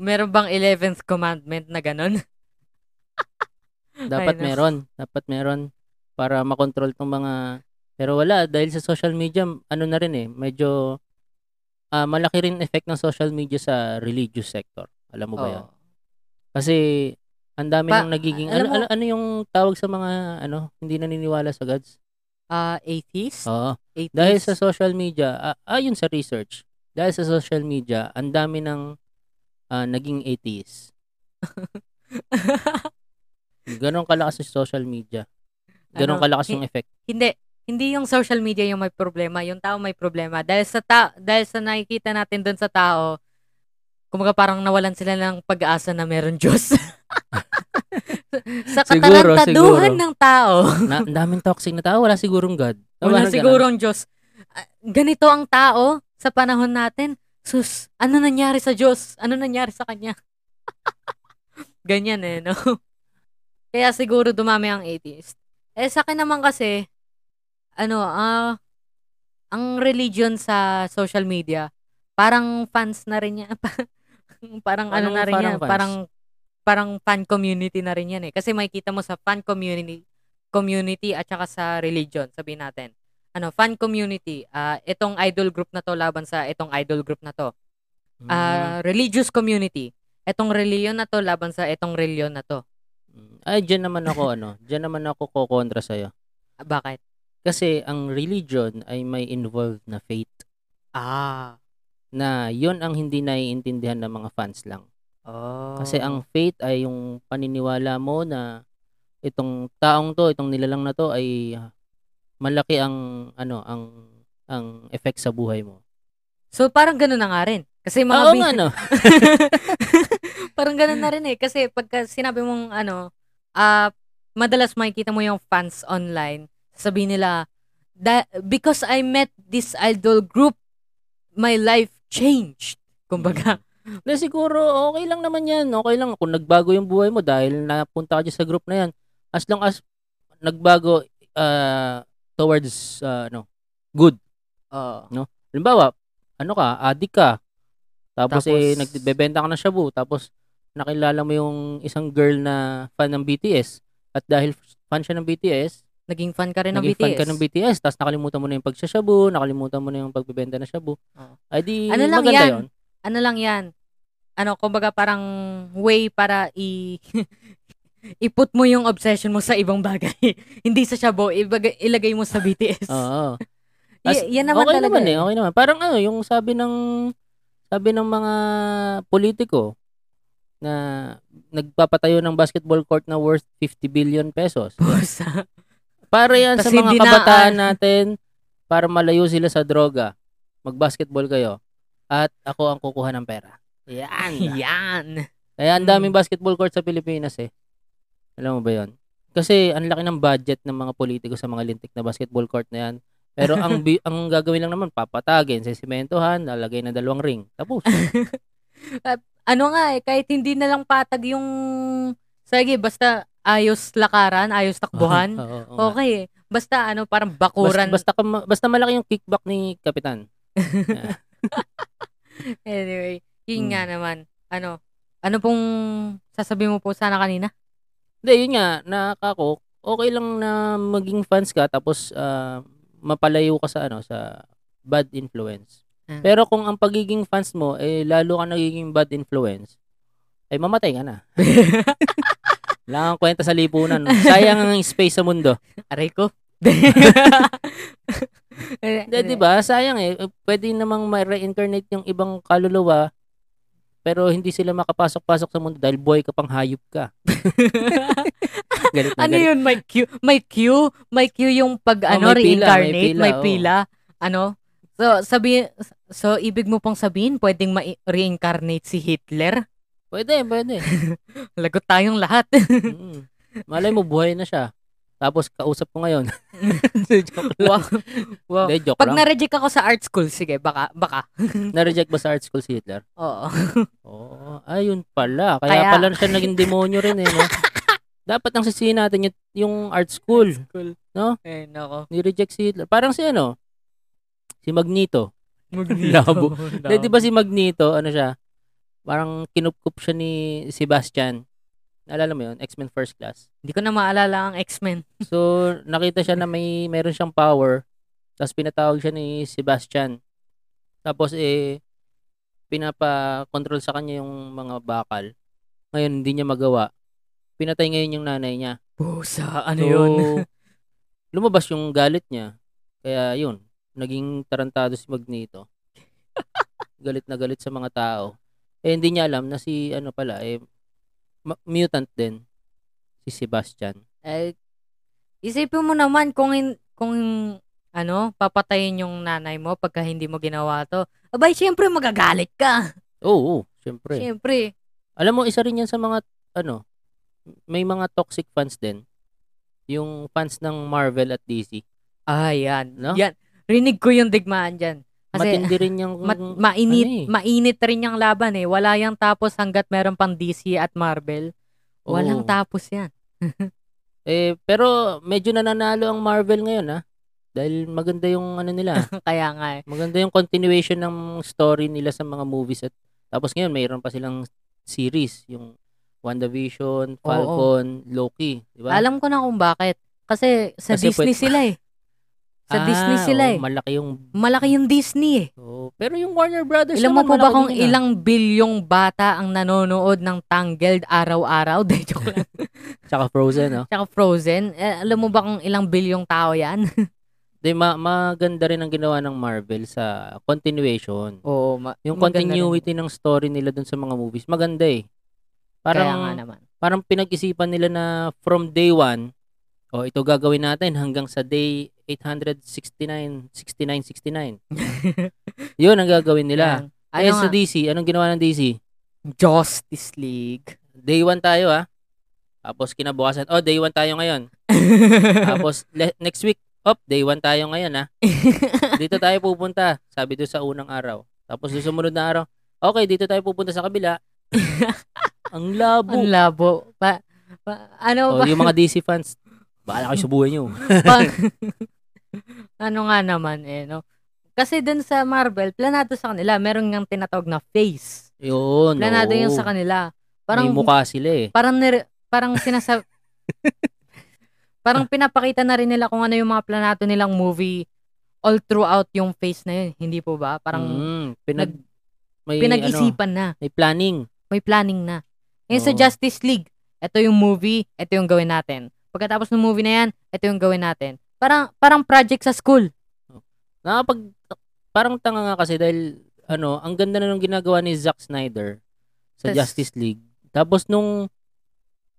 S1: meron bang 11th commandment na ganun?
S2: dapat
S1: Ay, nako.
S2: meron. Dapat meron para makontrol tong mga pero wala dahil sa social media ano na rin eh medyo ah, malaki rin effect ng social media sa religious sector. Alam mo Ano ba 'yan?
S1: Oo.
S2: Kasi ang dami
S1: Pa-
S2: nang nagiging
S1: alam
S2: ano,
S1: mo-
S2: ano, ano yung tawag sa mga ano hindi naniniwala sa gods?
S1: Ah, atheist?
S2: Oo.
S1: atheist?
S2: Oh. Dahil sa social media, ah, ayon sa research, dahil sa social media, ang dami ng ah, naging atheist. Ganon kalakas yung social media. Ganon
S1: Ano,
S2: kalakas yung effect.
S1: Hindi. Hindi yung social media yung may problema. Yung tao may problema. Dahil sa, ta- dahil sa nakikita natin doon sa tao, kumaga parang nawalan sila ng pag-asa na meron Diyos. sa
S2: Siguro,
S1: katarantaduhan
S2: siguro.
S1: ng tao,
S2: Na, ang daming toxic na tao, wala sigurong God.
S1: wala
S2: Parang ganon.
S1: sigurong Diyos. Ah, Ganito ang tao sa panahon natin. Sus, ano nangyari sa Diyos? Ano nangyari sa Kanya? Ganyan eh, no? Kaya siguro dumami ang atheist. Eh, sa akin naman kasi, ano, ah, ang religion sa social media, parang fans na rin yan. parang ano
S2: Anong
S1: na rin
S2: parang
S1: yan.
S2: fans?
S1: Parang, parang fan community na rin yan eh. Kasi makikita mo sa fan community, community at saka sa religion, sabihin natin. Ano, fan community, ah, itong idol group na to laban sa itong idol group na to
S2: Mm,
S1: ah religious community. Etong reliyon na to laban sa etong reliyon na to.
S2: mm. ay, dyan naman ako, ano, dyan naman ako kukontra sa'yo.
S1: Ah, Bakit?
S2: Kasi ang religion ay may involved na faith
S1: Ah.
S2: na yon ang hindi naiintindihan ng mga fans lang.
S1: Oh.
S2: Kasi ang faith ay yung paniniwala mo na itong taong to, itong nilalang na to ay ah, malaki ang ano, ang ang effect sa buhay mo. ano?
S1: So parang ganun na nga rin. Kasi mga
S2: Oo
S1: bi-
S2: nga no.
S1: parang ganun na rin eh kasi pagka sinabi mong ano, ah madalas makikita mo yung fans online, sabihin nila "Da- because I met this idol group, my life changed. Kumbaga,
S2: Mm. Na siguro okay lang naman 'yan. Okay lang kung nagbago yung buhay mo dahil napunta ka dyan sa group na 'yan. As long as nagbago ah, towards ah, ano, good.
S1: oo.
S2: Mm. Halimbawa, ano ka, addict ka. Tapos,
S1: Tapos-
S2: eh, nagbebenta ka ng shabu. Tapos, nakilala mo yung isang girl na fan ng BTS. At dahil f- fan siya ng BTS,
S1: naging fan ka rin ng BTS.
S2: naging fan ka ng BTS, tapos nakalimutan mo na yung pagsashabu, nakalimutan mo na yung pagbebenta ng shabu.
S1: Oo.
S2: Ay di,
S1: Ano lang
S2: maganda
S1: yan?
S2: yun.
S1: ano lang yan, ano, kumbaga parang way para i iput mo yung obsession mo sa ibang bagay. Hindi sa Shabo, ibagay, ilagay mo sa BTS.
S2: Oo.
S1: Y-
S2: Tas-
S1: yan naman
S2: Ah, okay
S1: talaga.
S2: naman eh,
S1: eh.
S2: okay naman. Parang ano, yung sabi ng sabi ng mga politiko na nagpapatayo ng basketball court na worth 50 billion pesos.
S1: Pusa.
S2: Para yan
S1: Tas
S2: sa mga
S1: hindi na-
S2: kabataan natin para malayo sila sa droga. Mag-basketball kayo at ako ang kukuha ng pera. Yan.
S1: Yan.
S2: Kaya ang
S1: Mm.
S2: daming basketball court sa Pilipinas eh. Alam mo ba 'yon? Kasi ang laki ng budget ng mga politiko sa mga lintik na basketball court na 'yan. Pero ang bi- ang gagawin lang naman papatagin sa sementohan, lalagay na dalawang ring. Tapos.
S1: Ano nga eh, kahit hindi na lang patag yung, sige, basta ayos lakaran, ayos takbuhan.
S2: Oo, oo nga.
S1: okay eh. Basta ano, parang
S2: Basta,
S1: bakuran.
S2: basta, kam- basta malaki yung kickback ni Kapitan.
S1: Anyway, yun
S2: Mm.
S1: nga naman. Ano, ano pong sasabi mo po sana kanina?
S2: Hindi, yun nga, nakako, okay lang na maging fans ka tapos ah, mapalayo ka sa ano sa bad influence.
S1: Ah.
S2: Pero kung ang pagiging fans mo eh lalo ka nagiging bad influence, ay mamatay ka na. Wala kang kwenta sa lipunan. no? Sayang ang space sa mundo.
S1: Aray ko.
S2: Hindi, di ba? Sayang eh. Pwede namang ma-reincarnate yung ibang kaluluwa pero hindi sila makapasok-pasok sa mundo dahil buhay ka pang hayop ka. Galit na
S1: ano
S2: galit.
S1: yun? May Q? May Q? May Q yung pag
S2: Oh,
S1: ano,
S2: may pila, may
S1: reincarnate?
S2: pila,
S1: May pila.
S2: oh.
S1: Ano? So, sabi, so, ibig mo pong sabihin, pwedeng ma-reincarnate si Hitler?
S2: Pwede, pwede.
S1: Lagot tayong lahat.
S2: Mm. Malay mo, buhay na siya. Tapos kausap ko ngayon. joke lang.
S1: wow. wow.
S2: Hindi, joke
S1: Pag
S2: lang.
S1: na-reject ako sa art school, sige, baka, baka.
S2: Na-reject ba sa art school si Hitler?
S1: Oo.
S2: Oo. Ayun pala. Kaya,
S1: Kaya-
S2: pala siya naging demonyo rin eh. No? Dapat ang sisihin natin yung, yung art school.
S1: School.
S2: No?
S1: Eh, nako.
S2: Ni-reject si Hitler. Parang si ano? Si Magneto.
S1: Magnito.
S2: Labo. Eh, di ba
S1: diba
S2: si Magneto, ano siya? Parang kinupkup siya ni Sebastian. Naalala mo yun? X-Men First Class.
S1: Hindi ko na maalala ang X-Men.
S2: So, nakita siya na may meron siyang power. Tapos pinatawag siya ni Sebastian. Tapos eh pinapa-control sa kanya yung mga bakal. Ngayon hindi niya magawa. Pinatay ngayon yung nanay niya.
S1: Pusa, ano
S2: So,
S1: yun?
S2: lumabas yung galit niya. Kaya yun, naging tarantado si Magneto. galit na galit sa mga tao. Eh hindi niya alam na si ano pala eh ma- mutant din si Sebastian.
S1: Eh, isipin mo naman kung hin- kung ano, papatayin yung nanay mo pagka hindi mo ginawa to. Abay, syempre magagalit ka.
S2: Oo, oh, syempre.
S1: Syempre.
S2: Alam mo, isa rin yan sa mga, ano, may mga toxic fans din. Yung fans ng Marvel at DC.
S1: Ah, yan.
S2: No?
S1: Yan. Rinig ko yung digmaan dyan. Kasi
S2: Matindi rin yung...
S1: mat- mainit,
S2: ano eh.
S1: mainit rin yung laban eh. Wala yung tapos hanggat meron pang DC at Marvel.
S2: Oo.
S1: Walang tapos yan.
S2: Eh, pero medyo nananalo ang Marvel ngayon, ha? Dahil maganda yung ano nila.
S1: Kaya nga eh.
S2: maganda yung continuation ng story nila sa mga movies. At, tapos ngayon, mayroon pa silang series. Yung WandaVision, Falcon, Loki. Di ba?
S1: Alam ko na kung bakit. Kasi sa
S2: Kasi
S1: Disney
S2: pwede-
S1: sila eh. Sa
S2: Ah,
S1: Disney sila
S2: oo,
S1: eh.
S2: Malaki yung...
S1: Malaki yung Disney eh.
S2: oo. pero yung Warner Brothers
S1: Ilan mo
S2: naman,
S1: po ba
S2: malaki
S1: kung
S2: din yun, ah.
S1: ilang bilyong bata ang nanonood ng Tangled araw-araw? De, joke lang.
S2: Tsaka Frozen, no?
S1: Tsaka Frozen. Eh, alam mo ba kung ilang bilyong tao yan?
S2: Di, ma- maganda rin ang ginawa ng Marvel sa continuation.
S1: Oo.
S2: Yung continuity ng story nila dun sa mga movies, maganda eh.
S1: Parang, Kaya nga
S2: Parang,
S1: naman.
S2: parang pinag-isipan nila na from day one, oh, ito gagawin natin hanggang sa day 869, 69, 69. Yun ang gagawin
S1: Yan.
S2: nila.
S1: Ano
S2: Ay, sa
S1: nga?
S2: DC, anong ginawa ng DC?
S1: Justice League.
S2: Day one tayo ah. Tapos kinabukasan, oh, day one tayo ngayon. Tapos le- next week, op, day one tayo ngayon ah. dito tayo pupunta. Sabi doon sa unang araw. Tapos doon sumunod na araw, okay, dito tayo pupunta sa kabila. Ang
S1: Ang
S2: labo.
S1: labo. Pa, pa- ano
S2: Oh,
S1: ba?
S2: yung mga DC fans, bahala kayo subuhin nyo.
S1: Pa- ano nga naman eh, no? Kasi dun sa Marvel, planado sa kanila, meron yung tinatawag na face.
S2: Yun.
S1: Planado
S2: oo.
S1: yung sa kanila. Parang
S2: May mukha sila eh.
S1: parang nire- parang sinasab parang pinapakita na rin nila kung ano yung mga planado nilang movie all throughout yung phase na yun, hindi po ba? Parang
S2: Mm, pinag, may, ano,
S1: pinag-isipan na,
S2: may planning.
S1: may planning na. Ngayon sa
S2: Oo.
S1: Justice League, ito yung movie, ito yung gawin natin. Pagkatapos ng movie na yan, ito yung gawin natin. Parang parang project sa school.
S2: Nakapag, parang tanga nga kasi dahil, ano, ang ganda na nung ginagawa ni Zack Snyder sa
S1: Tas-
S2: Justice League. Tapos nung,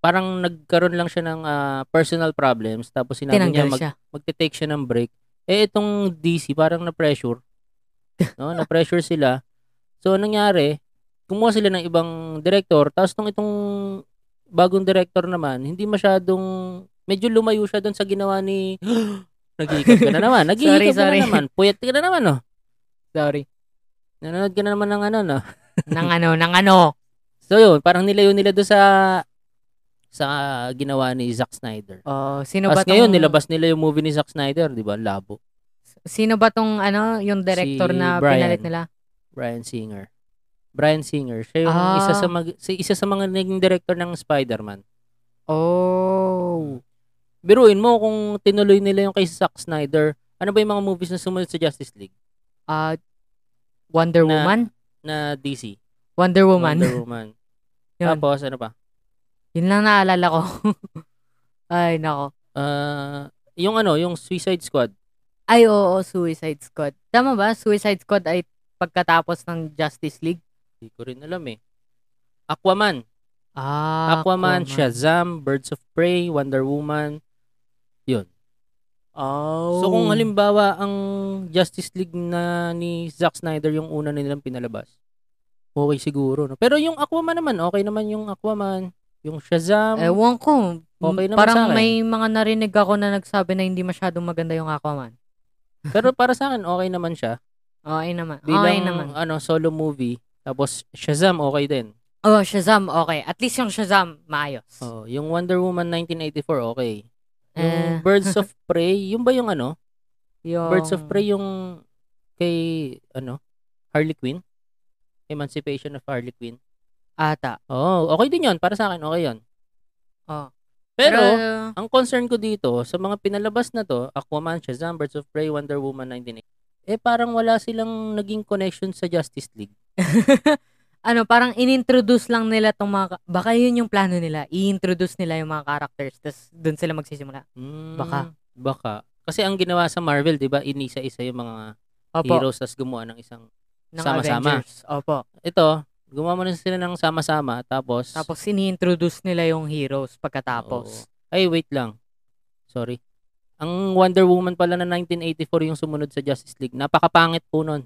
S2: parang nagkaroon lang siya ng ah, personal problems. Tapos sinabi niya,
S1: Tinanggal
S2: mag,
S1: siya.
S2: magte-take siya ng break. Eh, itong DC, parang na-pressure. No? Na-pressure sila. So, anong nangyari, kumuha sila ng ibang director. Tapos, nung itong bagong director naman, hindi masyadong, medyo lumayo siya doon sa ginawa ni, naghihikap ka na naman. Naghihikap
S1: Sorry,
S2: ka
S1: sorry.
S2: na naman. Puyat ka na naman, no?
S1: Sorry.
S2: Nanonood ka na naman ng ano, no?
S1: nang ano, nang ano.
S2: So, yun, parang nilayo nila doon sa, sa ginawa ni Zack Snider.
S1: Oh, sino ba
S2: Tapos
S1: tong,
S2: ngayon, nilabas nila yung movie ni Zack Snyder, di ba? Labo.
S1: Sino ba tong ano, yung director
S2: Si
S1: na
S2: Brian.
S1: pinalit nila?
S2: Brian Singer. Brian Singer, siya yung isa
S1: Ah.
S2: sa mag, si- isa sa mga naging director ng Spider-Man.
S1: Oh.
S2: biruin mo kung tinuloy nila yung kay Zack Snyder, ano ba yung mga movies na sumunod sa Justice League
S1: Ah, Wonder
S2: Na-
S1: Woman?
S2: na DC?
S1: Wonder Woman.
S2: Wonder Woman.
S1: Yun.
S2: Tapos ano pa?
S1: Yun lang naalala ko. Ay, nako.
S2: Ah, yung ano, yung Suicide Squad.
S1: Ay, oo, Suicide Squad. Tama ba? Suicide Squad ay pagkatapos ng Justice League?
S2: Hindi ko rin alam eh. Aquaman.
S1: Ah,
S2: Aquaman, Shazam, Birds of Prey, Wonder Woman. Yun.
S1: Oh.
S2: So kung halimbawa ang Justice League na ni Zack Snyder yung una nilang pinalabas. Okay siguro, no? Pero yung Aquaman naman, okay naman yung Aquaman, yung Shazam.
S1: Ewan ko.
S2: Okay naman sa
S1: Parang
S2: akin.
S1: may mga narinig ako na nagsabi na hindi masyadong maganda yung Aquaman.
S2: pero para sa akin okay naman siya.
S1: Okay naman. okay
S2: Bilang
S1: naman.
S2: ano solo movie, tapos Shazam okay din.
S1: Oh, Shazam, okay. At least yung Shazam, maayos.
S2: Oh, yung Wonder Woman 1984
S1: Eh,
S2: okay.
S1: Oh.
S2: Yung Birds of Prey, yung ba yung ano?
S1: yung...
S2: Birds of Prey yung kay ano? Harley Quinn? Emancipation of Harley Quinn.
S1: Ata.
S2: Oh, okay din 'yon para sa akin, okay 'yon.
S1: Oh.
S2: Pero, ang concern ko dito sa mga pinalabas na to, Aquaman, Shazam, Birds of Prey, Wonder Woman 1980, eh parang wala silang naging connection sa Justice League.
S1: ano, parang inintroduce lang nila tong mga... ka- Baka yun yung plano nila. I-introduce nila yung mga characters. Tapos doon sila magsisimula.
S2: Hmm,
S1: Baka.
S2: Baka. Kasi ang ginawa sa Marvel, 'di ba, inisa-isa yung mga
S1: Opo.
S2: heroes tas gumawa ng isang
S1: Ng
S2: sama-sama.
S1: Avengers. Opo.
S2: ito, gumawa mo na sila ng sama-sama tapos
S1: Tapos ini-introduce nila yung heroes pagkatapos.
S2: Oo. Ay, wait lang. Sorry. Ang Wonder Woman pala na 1984 yung sumunod sa Justice League. Napakapangit po nun.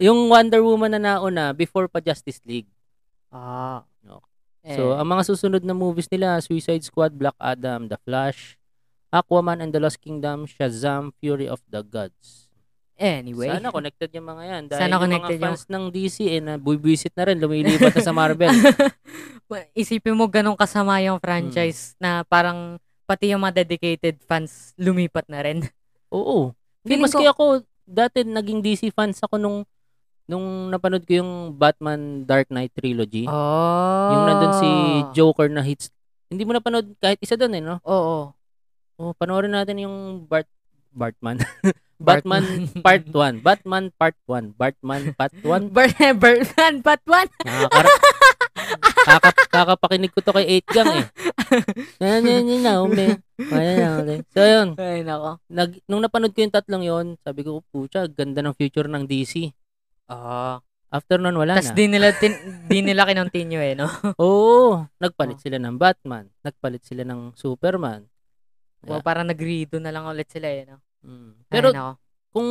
S2: yung Wonder Woman na nauna before pa Justice League.
S1: ah.
S2: No.
S1: Eh,
S2: So, ah, ang mga susunod na movies nila, Suicide Squad, Black Adam, The Flash, Aquaman and the Lost Kingdom, Shazam, Fury of the Gods.
S1: anyway.
S2: Sana connected yung mga yan. Dahil
S1: Sana
S2: yung
S1: connected
S2: mga fans ng DC, eh, nabubisit na rin, lumilipat na sa Marvel.
S1: Well, Isipin mo ganun kasama yung
S2: Hmm.
S1: franchise na parang pati yung mga dedicated fans lumipat na rin.
S2: Oo. Hindi,
S1: Feeling
S2: maski
S1: ko-
S2: ako, dati naging DC fans ako nung nung napanood ko yung Batman Dark Knight Trilogy.
S1: Oh.
S2: Yung nandun si Joker na hits. Hindi mo napanood kahit isa doon eh, no?
S1: Oo.
S2: Oh, panoorin natin yung Bart Bartman. Batman Part 1. Batman Part 1. Batman Part 1.
S1: Bar- Birdman Part 1.
S2: Nakakara... Kaka- kakapakinig ko to kay 8 Gang eh. Yan, yan, yan, yan, ume. Ayan, yan, ume. So, yun.
S1: Ay, nako.
S2: Nag, nung napanood ko yung tatlong yon sabi ko, pucha, ganda ng future ng DC.
S1: Ah.
S2: After nun, wala
S1: Tapos
S2: na.
S1: di nila, tin- di nila kinontinue eh, no?
S2: Oo, nagpalit sila ng Batman, nagpalit sila ng Superman.
S1: O, parang nag-redo na lang ulit sila eh, no? Pero,
S2: Mm. Pero
S1: Ay, nako.
S2: kung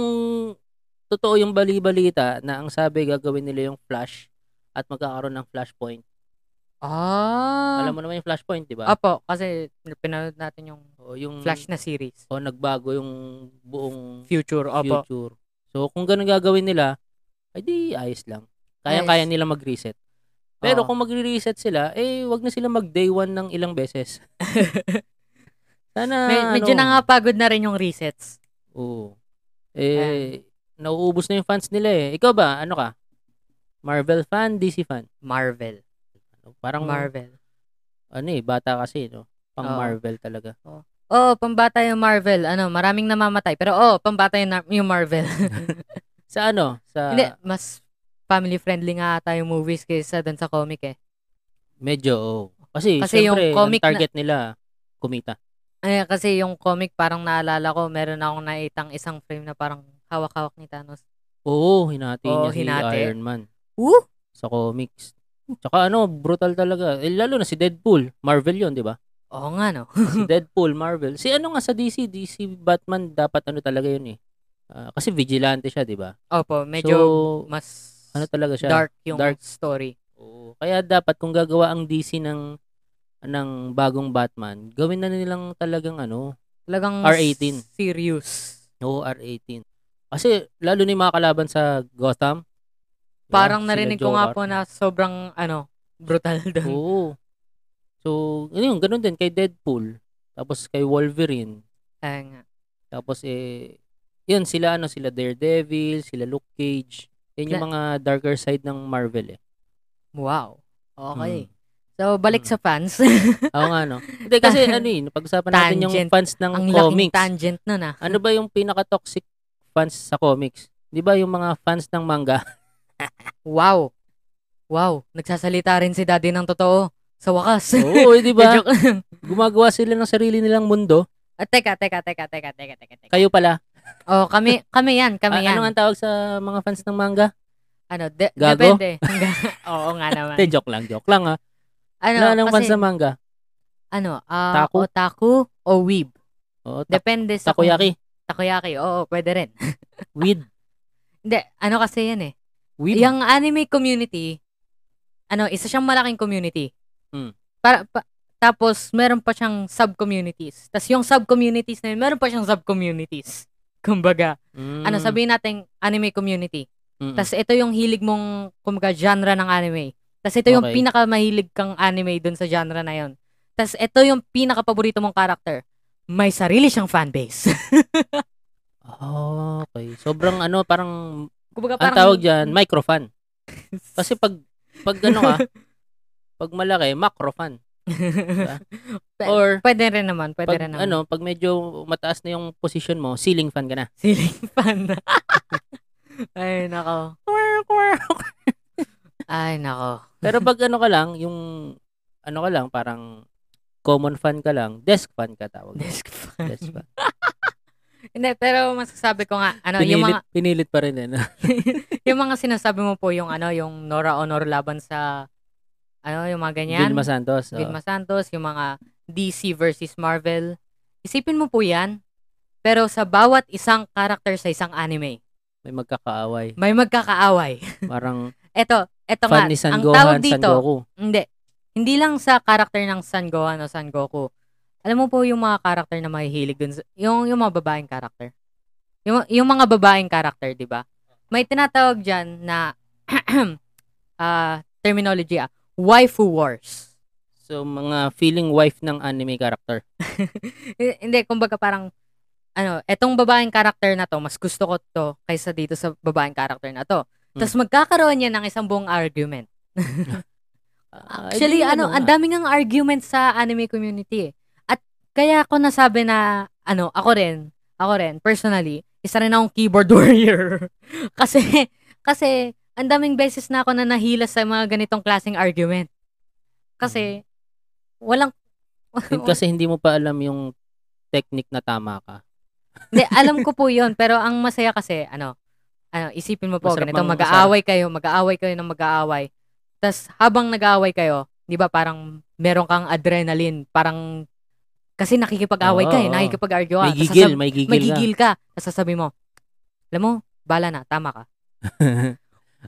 S2: totoo yung bali-balita na ang sabi gagawin nila yung Flash at magkakaroon ng Flashpoint.
S1: Ah.
S2: Alam mo naman yung Flashpoint, di ba?
S1: Apo, kasi pinanood natin yung
S2: O yung
S1: Flash na series.
S2: o nagbago yung buong
S1: Future, opo.
S2: future. So kung ganun gagawin nila, ay di ayos lang. Kaya-kaya nila mag-reset. Pero
S1: Oo.
S2: kung mag-reset sila, eh wag na sila mag-day one ng ilang beses. Sana
S1: Med- medyo
S2: ano,
S1: nangapagod na rin yung resets.
S2: Oo. Eh, nauubos na yung fans nila eh. Ikaw ba, ano ka? Marvel fan, DC fan?
S1: Marvel.
S2: Parang,
S1: Marvel.
S2: ano eh, bata kasi, no?
S1: Oo.
S2: Pang Marvel talaga.
S1: Oo, Oh, pambata yung Marvel. Ano, maraming namamatay. Pero oo, pambata yung, na- yung Marvel.
S2: Sa ano? Sa,
S1: Hindi, mas family friendly nga ata yung movies kaysa dun sa comic eh.
S2: medyo, oo. Kasi,
S1: Kasi yung
S2: syempre, ang
S1: comic na-
S2: target nila, kumita.
S1: Eh, kasi yung comic parang naalala ko, meron akong naitang isang frame na parang hawak-hawak ni Thanos.
S2: Oo, hinati
S1: Oo,
S2: niya
S1: hinati.
S2: si Iron Man
S1: Woo!
S2: sa comics. Tsaka ano, brutal talaga. Eh, lalo na si Deadpool. Marvel yon di ba?
S1: Oo nga, no?
S2: Si Deadpool, Marvel. Si ano nga sa DC, DC Batman, dapat ano talaga yun eh. Ah, kasi vigilante siya, di ba?
S1: Opo, medyo
S2: So,
S1: mas
S2: ano talaga siya?
S1: dark yung
S2: dark.
S1: story.
S2: Oo. Kaya dapat kung gagawa ang DC ng ng bagong Batman, gawin na nilang talagang ano,
S1: Talagang
S2: R18.
S1: serious.
S2: no R18. Kasi lalo na yung mga kalaban sa Gotham. di ba?
S1: Parang
S2: Sila
S1: narinig ko nga
S2: Joker.
S1: po na sobrang, ano, brutal doon.
S2: Oo. So, yun, ganun din kay Deadpool, tapos kay Wolverine,
S1: Kaya nga.
S2: tapos eh yun sila ano, sila Daredevil, sila Luke Cage. Yun yung mga darker side ng Marvel eh.
S1: Wow. Okay.
S2: Mm.
S1: So, balik sa fans.
S2: Oo nga, no? Hindi, kasi ano eh, napag-usapan natin yung
S1: Tangent.
S2: fans ng
S1: Ang laking
S2: comics.
S1: tangent nun ah.
S2: Ano ba yung pinaka-toxic fans sa comics? Di ba yung mga fans ng manga?
S1: Wow. Wow. Nagsasalita rin si daddy ng totoo. Sa wakas.
S2: Oo, eh, di Ano ba?
S1: Joke lang.
S2: Gumagawa sila ng sarili nilang mundo.
S1: Ah, teka, teka, teka, teka, teka, teka, teka.
S2: Kayo pala.
S1: Oh, kami, kami yan,
S2: Ano
S1: kami yan.
S2: anong ang tawag sa mga fans ng manga?
S1: ano, de-
S2: Gago?
S1: depende. Oo nga naman.
S2: Te, joke lang, joke lang ah. ha.
S1: Ano,
S2: Ano, anong fans
S1: kasi,
S2: ng manga?
S1: ano, ah,
S2: Taku?
S1: otaku o weeb.
S2: Oo, ta-
S1: Depende sa kung-
S2: Oh, takoyaki.
S1: Takoyaki, oo, pwede rin.
S2: Weed.
S1: Hindi, ano kasi yan eh.
S2: Weed.
S1: Yung anime community, ano, isa siyang malaking community.
S2: Mm.
S1: Para, pa- tapos, meron pa siyang sub-communities. Tapos yung sub-communities na yun, meron pa siyang sub-communities. Kumbaga,
S2: Mm.
S1: ano, sabihin natin anime community.
S2: Mm-mm.
S1: Tapos ito yung hilig mong, kumbaga, genre ng anime. Tapos ito yung
S2: Okay.
S1: pinakamahilig kang anime dun sa genre na yun. Tapos ito yung pinakapaborito mong character. May sarili siyang fanbase.
S2: Ah, okay. Sobrang ano, parang,
S1: kumbaga,
S2: ang tawag dyan, microfan. Kasi pag, pag ano ka, pag malaki, macrofan.
S1: Pe-
S2: Or,
S1: Pwede rin naman, pwede
S2: pag,
S1: rin naman.
S2: ano, pag medyo mataas na yung position mo, ceiling fan ka na.
S1: Ceiling fan. Ay, nako. Ay, nako.
S2: Pero pag ano ka lang, yung, ano ka lang, parang, common fan ka lang, desk fan ka tawag.
S1: Desk fan.
S2: Desk fan.
S1: Hindi, pero masasabi ko nga, ano, yung
S2: pinilit,
S1: mga,
S2: pinilit pa rin eh. no?
S1: yung mga sinasabi mo po, yung ano, yung Nora Honor laban sa, ano, yung mga ganyan.
S2: Vilma Santos. oo.
S1: Vilma Santos, yung mga DC versus Marvel. Isipin mo po yan, pero sa bawat isang character sa isang anime,
S2: May magkakaaway.
S1: may magkakaaway.
S2: Parang
S1: Eto, eto nga,
S2: fan ni San
S1: ang
S2: Gohan,
S1: tawag
S2: San
S1: dito,
S2: Goku.
S1: Hindi. Hindi lang sa karakter ng San Gohan o San Goku. Alam mo po yung mga karakter na mahihilig dun. sa- Yung, yung mga babaeng karakter. Yung, yung mga babaeng karakter, di ba? May tinatawag dyan na ah, terminology ah. Waifu Wars.
S2: So, mga feeling wife ng anime character.
S1: Eh, Hindi, kumbaga parang ano, etong babaeng karakter na to, mas gusto ko to kaysa dito sa babaeng karakter na to. Tapos magkakaroon yan ng isang buong argument.
S2: Ah,
S1: Actually,
S2: edi,
S1: ano, ang
S2: nga.
S1: dami ngang argument sa anime community eh. At kaya ako nasabi na, ano, ako rin, ako rin, personally, isa rin akong keyboard warrior. kasi, kasi, ang daming beses na ako na nahila sa mga ganitong klaseng argument. Kasi, walang,
S2: Yun Kasi hindi mo pa alam yung technique na tama ka.
S1: Hindi, alam ko po yun. Pero ang masaya kasi, ano, ano isipin mo po,
S2: Masarap
S1: ganito,
S2: bang
S1: mag-aaway kayo, mag-aaway kayo ng mag-aaway. Tapos, habang nag-aaway kayo, di ba, parang meron kang adrenaline, parang, kasi nakikipag-aaway ka eh,
S2: Oo, oo.
S1: nakikipag-argue ka.
S2: May
S1: Tas
S2: gigil,
S1: sasab-
S2: may gigil,
S1: may
S2: ka.
S1: gigil ka. Tapos sasabi mo, alam mo, bala na, tama ka.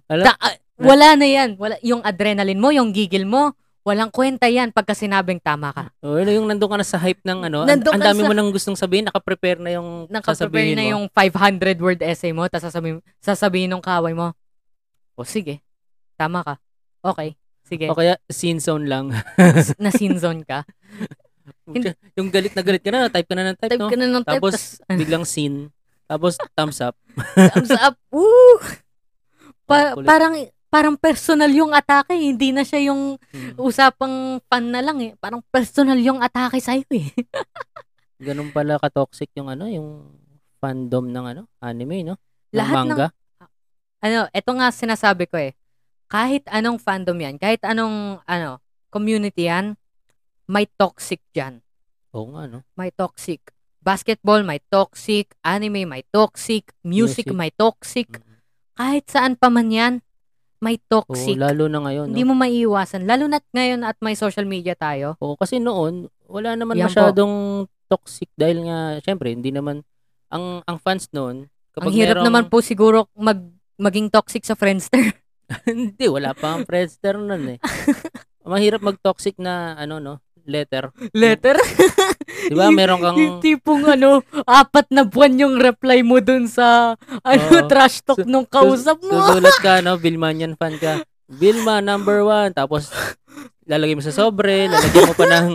S2: alam,
S1: Ta- ah, wala na yan. Wala, yung adrenaline mo, yung gigil mo, walang kwenta yan pagka sinabing tama ka.
S2: oh, ano yung nandun ka na sa hype ng ano, ang,
S1: Nandun
S2: ang
S1: ka sa-
S2: dami mo nang gustong sabihin, nakaprepare na yung
S1: nakaprepare
S2: sasabihin
S1: na
S2: mo.
S1: yung 500 word essay mo, tapos sasabihin, sasabihin ng kaaway mo, o sige, tama ka. Okay, sige.
S2: O kaya, scene zone lang.
S1: S- na sinzon ka. Hindi.
S2: yung galit na galit ka na, type ka na ng type,
S1: Type
S2: no?
S1: ka na ng type, tapos
S2: Tapos, biglang scene. Tapos, thumbs up.
S1: thumbs up. Woo! Pa-
S2: Kulit.
S1: parang, parang personal yung atake, eh. hindi na siya yung
S2: Mm.
S1: usapang pan na lang eh. Parang personal yung atake sa'yo eh.
S2: Ganun pala ka-toxic yung ano, yung fandom ng ano, anime, no? Ng
S1: Lahat ng
S2: manga.
S1: ano, eto nga sinasabi ko eh. Kahit anong fandom yan, kahit anong ano, community yan, may toxic dyan.
S2: Oo nga, no?
S1: may toxic. Basketball, may toxic. Anime, may toxic. Music,
S2: Music.
S1: may toxic.
S2: Mm.
S1: Kahit saan pa man yan, may
S2: Oo,
S1: toxic.
S2: lalo na ngayon, no?
S1: Hindi mo maiiwasan. Lalo na ngayon at may social media tayo.
S2: Oo, kasi noon, wala naman
S1: Yan po.
S2: masyadong toxic dahil nga, syempre, hindi naman, ang ang fans noon, kapag
S1: Ang hirap
S2: merong-
S1: naman po siguro mag maging toxic sa Friendster.
S2: hindi, wala pa ang Friendster noon eh. Mahirap mag-toxic na, ano, no, letter.
S1: Letter?
S2: Di ba, meron kang,
S1: Yung tipong ano, apat na buwan yung reply mo dun sa ano,
S2: Oo.
S1: trash talk
S2: Su-
S1: nung kausap mo.
S2: susulat ka, no, Vilmanian fan ka. Vilma, number one. Tapos, lalagay mo sa sobre, lalagay mo pa ng,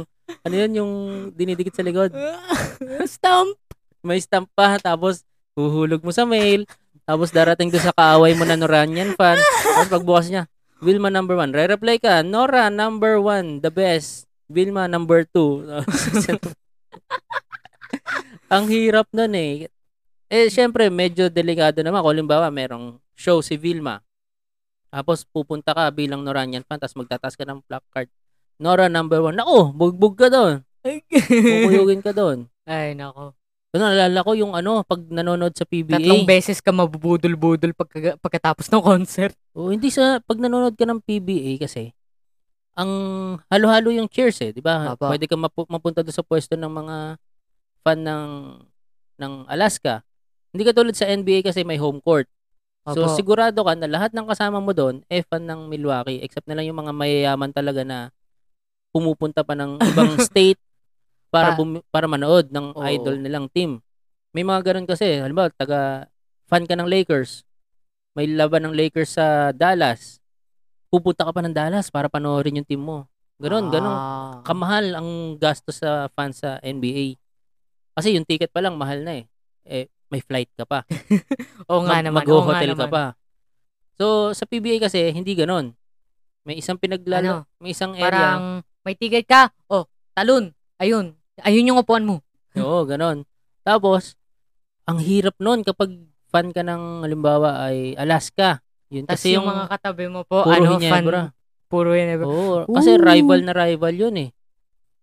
S2: ano yun, yung dinidikit sa likod.
S1: Stump.
S2: May stamp pa, tapos, huhulog mo sa mail. Tapos darating doon sa kaaway mo na Noranian fan. Tapos pagbukas niya, Wilma number one. Re-reply ka. Nora number one, the best. Wilma number two. Ang hirap nun eh. Eh, syempre, medyo delikado naman. Kung halimbawa, merong show si Vilma. Tapos pupunta ka bilang Noranian fan, tapos magtataas ka ng placard. Nora number one. Nako, bugbog ka doon. Kukuyugin ka doon.
S1: Ay, nako.
S2: Doon naalala ko yung ano, pag nanonood sa PBA.
S1: Tatlong beses ka mabubudol-budol pagka- pagkatapos ng concert.
S2: Oo, hindi sa pag nanonood ka ng PBA kasi ang halo-halo yung cheers eh, 'di ba?
S1: Apa.
S2: Pwede kang mapu- mapunta doon sa pwesto ng mga fan ng ng Alaska. Hindi ka tulad sa NBA kasi may home court. So
S1: Opo.
S2: sigurado ka na lahat ng kasama mo doon eh fan ng Milwaukee except na lang yung mga mayayaman talaga na pumupunta pa ng ibang state para
S1: Pa-
S2: bumi- para manood ng
S1: Ah. Oo.
S2: idol nilang team. May mga ganun kasi, halimbawa taga fan ka ng Lakers. May laban ng Lakers sa Dallas. Pupunta ka pa ng Dallas para panoorin yung team mo. Ganun, ganun.
S1: Ah.
S2: Kamahal ang gasto sa fans sa NBA. Kasi yung ticket pa lang mahal na eh. Eh may flight ka pa
S1: Oo nga naman. oo nga
S2: mag-hotel
S1: naman.
S2: ka pa. So, sa PBA kasi, hindi ganon. May
S1: Ano,
S2: isang pinaglalo, may isang area.
S1: parang may ticket ka. Oh, talon. Ayun. Ayun yung upuan mo.
S2: Oo, ganon. Tapos, ang hirap nun kapag fan ka ng, halimbawa, ay Alaska. Yun
S1: Tapos
S2: kasi
S1: yung,
S2: yung,
S1: mga katabi mo po,
S2: puro
S1: ano, fan.
S2: Hinebra.
S1: Puro Hinebra.
S2: Oo, kasi
S1: Ooh.
S2: rival na rival yun eh.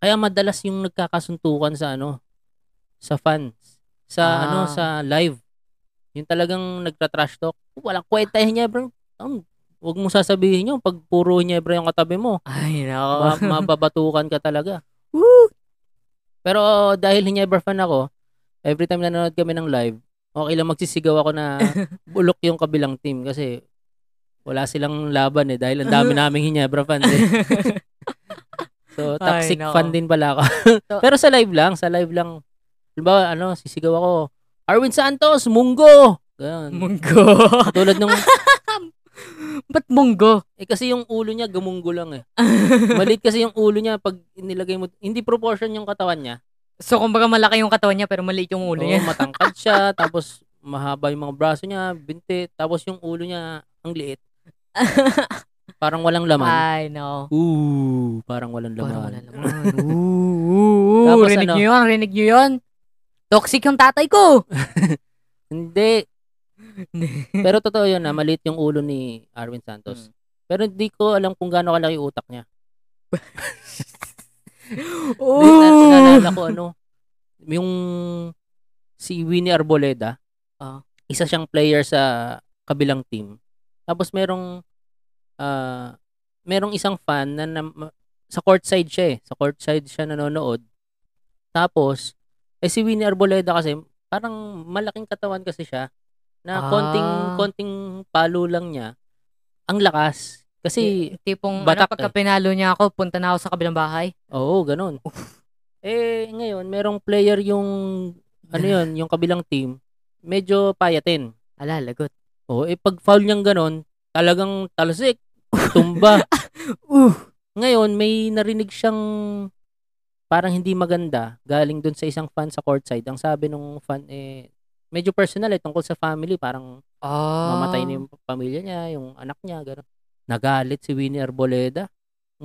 S2: Kaya madalas yung nagkakasuntukan sa ano, sa fans. Sa
S1: Ah.
S2: ano, sa live. Yung talagang nagtra-trash talk. Walang kwenta yung Hinebra. Ang- Huwag mo sasabihin yun pag puro Hinebra yung katabi mo.
S1: Ay,
S2: Ma-
S1: nako.
S2: mababatukan ka talaga.
S1: Woo!
S2: Pero dahil Hinebra fan ako, every time nanonood kami ng live, okay lang magsisigaw ako na bulok yung kabilang team kasi wala silang laban eh dahil ang dami naming Hinebra fans eh. So,
S1: Ay,
S2: toxic
S1: nako.
S2: fan din pala ako.
S1: So-
S2: Pero sa live lang, sa live lang. Diba, ano, sisigaw ako, Arwin Santos, Munggo! Ganun.
S1: Munggo.
S2: Tulad nung,
S1: Ba't munggo?
S2: eh kasi yung ulo niya, gamunggo lang eh. Maliit kasi yung ulo niya pag nilagay mo, hindi proportion yung katawan niya.
S1: so, kumbaga malaki yung katawan niya pero maliit yung ulo
S2: Oo,
S1: niya.
S2: matangkad siya, tapos mahaba yung mga braso niya, binti, tapos yung ulo niya, ang liit. Parang walang laman.
S1: Ay, no.
S2: Ooh, parang walang laman.
S1: Ah. Parang wala naman. Ooh, ooh,
S2: Tapos
S1: rinig
S2: ano?
S1: niyo yun, rinig niyo yun. Toxic yung tatay ko.
S2: Hindi. Pero totoo yun na, maliit yung ulo ni Arwin Santos. Pero hindi ko alam kung gaano kalaki yung utak niya. Hindi na,
S1: Ooh.
S2: naalala ko ano, yung si Winnie Arboleda,
S1: Ah.
S2: isa siyang player sa kabilang team. Tapos merong ah, merong isang fan na, nam- sa courtside siya eh. Sa courtside siya nanonood. Tapos, eh si Winnie Arboleda kasi parang malaking katawan kasi siya na konting
S1: Ah.
S2: konting palo lang niya. Ang lakas. Kasi
S1: tipong
S2: batak eh.
S1: ano, pagka pinalo niya ako, punta na ako sa kabilang bahay.
S2: Oo, ganun. Eh, ngayon, merong player yung, ano yun, yung kabilang team, medyo payatin.
S1: Ala, lagot.
S2: Oo, eh, pag foul niyang ganun, talagang talasik, tumba.
S1: Uh.
S2: Ngayon, may narinig siyang parang hindi maganda galing dun sa isang fan sa courtside. Ang sabi nung fan, eh, medyo personal eh, tungkol sa family. Parang
S1: Ah.
S2: mamatay na yung pamilya niya, yung anak niya, ganun. Nagalit si Winnie Arboleda.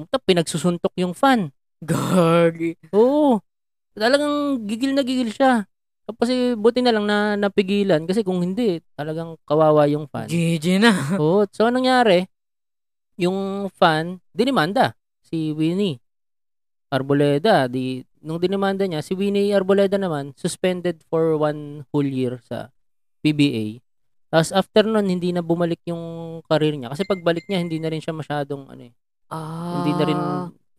S2: Tapos pinagsusuntok yung fan.
S1: Gagi.
S2: Oo. Talagang gigil na gigil siya. Tapos eh, buti na lang na napigilan kasi kung hindi, talagang kawawa yung fan.
S1: GG na.
S2: Oo. So, anong nangyari? Yung fan, dinimanda si Winnie Arboleda. Di, nung dinimanda niya, si Winnie Arboleda naman, suspended for one whole year sa PBA. Tapos after nun, hindi na bumalik yung career niya. Kasi pagbalik niya, hindi na rin siya masyadong ano eh,
S1: Ah.
S2: hindi na rin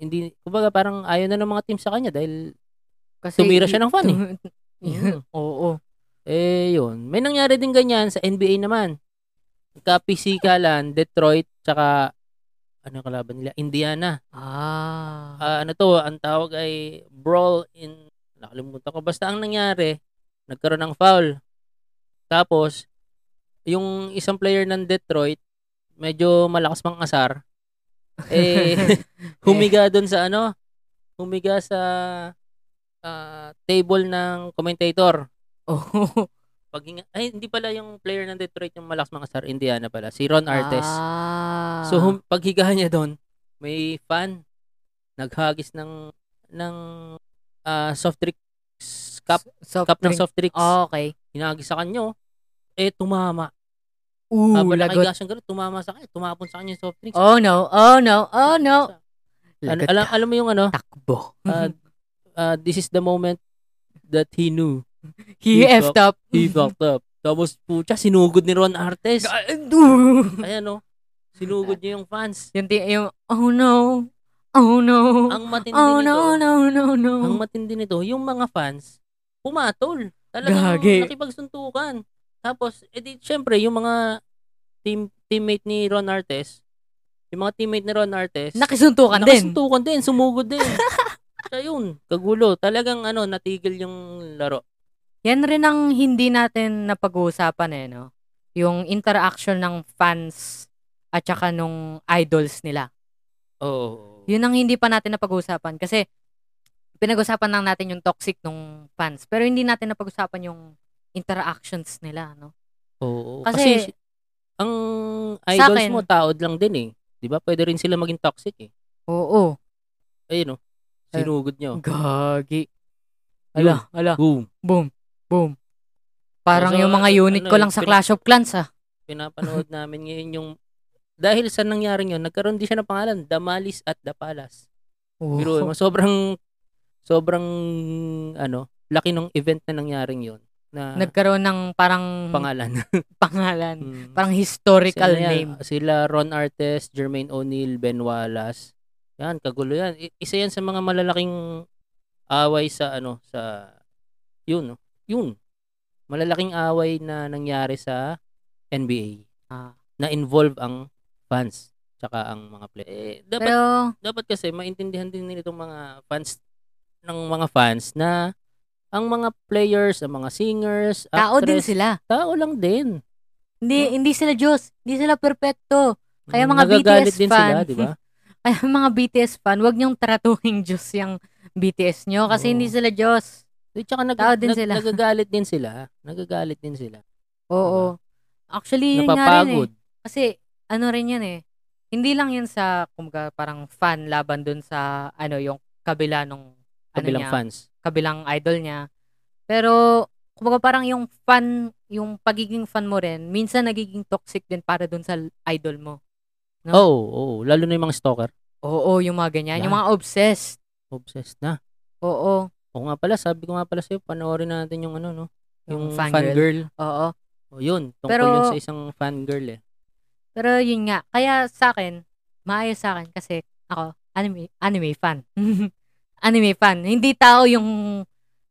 S2: hindi kumbaga parang ayaw na ng mga team sa kanya dahil
S1: Kasi,
S2: tumira siya ng fan eh.
S1: tum-
S2: Mm.
S1: Oo.
S2: eh yun. May nangyari din ganyan sa NBA naman. Kapisikalan, Detroit, tsaka ano yung kalaban nila? Indiana.
S1: Ah.
S2: Ah, ano to, ang tawag ay brawl in nakalimutan ko basta ang nangyari, nagkaroon ng foul. Tapos yung isang player ng Detroit medyo malakas mang asar eh humiga doon sa ano, humiga sa ah, table ng commentator.
S1: Oo.
S2: Paghinga, ay hindi pala yung player ng Detroit yung malakas mga star Indiana pala, si Ron Artes.
S1: Ah.
S2: So hum, paghigahan niya doon, may fan naghagis ng ng ah, soft drinks cup,
S1: soft Ah.
S2: cup ng
S1: drink.
S2: soft drinks.
S1: okay.
S2: Hinagis sa kanya, oh. eh tumama. Ah,
S1: Ooh,
S2: Habang
S1: lagot.
S2: nakahiga siyang ganun, tumama sa kanya, tumapon sa kanya yung soft drinks.
S1: Oh no, oh no, oh no.
S2: Ano,
S1: Lagot
S2: alam,
S1: ka.
S2: alam mo yung ano,
S1: Takbo.
S2: uh, uh, this is the moment that he knew.
S1: he
S2: he
S1: effed up.
S2: He fucked up. Tapos, putya, sinugod ni Ron Artes.
S1: Ooh.
S2: Ayan, oh. Sinugod niya yung fans.
S1: yung, ti- yung, oh no, oh no,
S2: Ang matindi
S1: oh
S2: nito,
S1: no, no, no, no.
S2: ang matindi nito, yung mga fans, pumatol. Talagang
S1: Gagi.
S2: nakipagsuntukan. Tapos, edi, syempre, yung mga team teammate ni Ron Artes, yung mga teammate ni Ron Artes,
S1: Nakisuntukan din.
S2: Nakasuntukan din, sumugod din. Kaya yun, kagulo. Talagang ano, natigil yung laro.
S1: Yan rin ang hindi natin napag-uusapan eh, no? Yung interaction ng fans at saka nung idols nila.
S2: Oo.
S1: Yun ang hindi pa natin napag-uusapan kasi pinag-usapan lang natin yung toxic nung fans pero hindi natin napag-usapan yung interactions nila, no?
S2: Oo.
S1: Kasi-
S2: Kasi, ang idols
S1: akin-
S2: mo, taod lang din eh. Di ba? Pwede rin sila maging toxic eh.
S1: Oo.
S2: Ayun oh.
S1: Ayun.
S2: Sinugod niya oh.
S1: Gagi. Ala, ala.
S2: Boom.
S1: Boom. Boom. Parang
S2: So,
S1: yung mga
S2: ano-
S1: unit
S2: ano
S1: ko
S2: eh,
S1: lang sa
S2: pin-
S1: Clash of Clans, ah.
S2: Pinapanood namin ngayon yung... Dahil sa nangyari yun, nagkaroon din siya ng pangalan, Damalis at Dapalas.
S1: Oo.
S2: Pero oh. sobrang, sobrang, ano, laki ng event na nangyaring yun na
S1: Nagkaroon ng parang
S2: pangalan.
S1: pangalan.
S2: Mm.
S1: Parang historical
S2: Sila ano yan,
S1: name.
S2: Sila Ron Artes, Jermaine O'Neal, Ben Wallace. Yan, kagulo yan. I- isa yan sa mga malalaking away sa ano, sa yun, no? yun. Malalaking away na nangyari sa NBA.
S1: Ah.
S2: Na involve ang fans tsaka ang mga player. Eh, dapat
S1: Pero,
S2: dapat kasi maintindihan din nila itong mga fans ng mga fans na ang mga players, ang mga singers,
S1: tao din
S2: actress,
S1: sila.
S2: Tao lang din.
S1: Hindi hindi sila Diyos. Hindi sila perpekto. Kaya mga
S2: Nagagalit
S1: BTS
S2: din
S1: fan.
S2: sila, di ba?
S1: Kaya mga BTS fan, wag niyong tratuhin Diyos yung BTS nyo kasi
S2: Oo.
S1: hindi sila Diyos.
S2: Di, Eh, tsaka nag,
S1: Tao din
S2: nag-
S1: sila.
S2: nagagalit din sila. Nagagalit din sila.
S1: Oo. Actually, yun nga rin eh.
S2: Diba? Napapagod.
S1: Kasi, ano rin yan eh. Hindi lang yan sa, kumbaga, parang fan laban dun sa, ano, yung kabila nung, ano
S2: Kabilang
S1: niya,
S2: fans.
S1: kabilang idol niya. Pero, kumbaga parang yung fan, yung pagiging fan mo rin, minsan nagiging toxic din para dun sa idol mo. No?
S2: Oo, oh, lalo na yung mga stalker.
S1: Oo, yung mga ganyan. Yung
S2: Yan.
S1: mga obsessed.
S2: Obsessed na.
S1: Oo,
S2: O nga pala, sabi ko nga pala sa'yo, panoorin natin yung ano, no?
S1: Yung
S2: Yung,
S1: fangirl.
S2: fangirl.
S1: oo.
S2: O yun, tungkol
S1: Pero-
S2: yun sa isang fangirl eh.
S1: Pero yun nga, kaya sa akin, maayos sa akin kasi ako, anime, anime fan. anime fan. Hindi tao yung,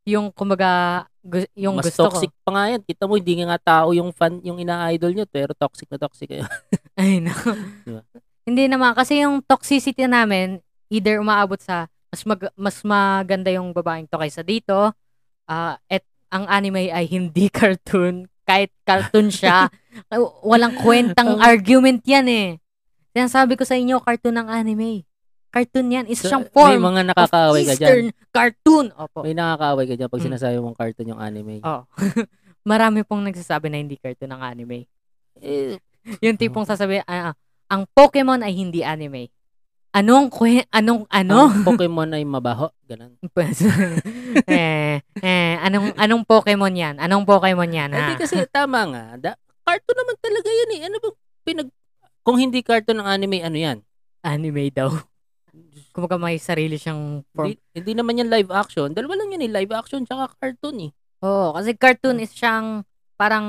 S1: yung kumbaga, gu- yung
S2: Mas
S1: gusto
S2: toxic
S1: ko.
S2: pa nga yan. Kita mo, hindi nga nga tao yung fan, yung ina-idol nyo, pero toxic na toxic kayo.
S1: Ay, nako.
S2: Diba?
S1: Hindi naman, kasi yung toxicity namin, either umaabot sa, mas, mag- mas maganda yung babaeng to kaysa dito, ah at ang anime ay hindi cartoon, kahit cartoon siya, w- walang kwentang
S2: Ang-
S1: argument yan eh. Sinasabi ko sa inyo, cartoon ang anime. Cartoon yan, isa siyang form.
S2: May mga
S1: of
S2: nakakaaway ka dyan.
S1: Eastern cartoon. Opo.
S2: May nakakaaway ka dyan pag
S1: Mm.
S2: sinasabi mong cartoon yung anime.
S1: Oh. Marami pong nagsasabi na hindi cartoon ang anime.
S2: Eh,
S1: Yung tipong sasabi, ah, ah, ang Pokemon ay hindi anime. Anong kwe, anong ano?
S2: ang Pokemon ay mabaho. Ganun.
S1: Pues, eh, eh, anong anong Pokemon 'yan? Anong Pokemon 'yan? Ha?
S2: Hindi Eh, kasi tama nga. Da, cartoon naman talaga yan eh. Ano bang pinag... Kung hindi cartoon ng anime, ano yan?
S1: Anime daw. Kumbaga may sarili siyang form.
S2: Hindi, hindi naman yan live action. Dalawa lang yan eh. Live action tsaka cartoon eh.
S1: Oo, kasi cartoon is siyang parang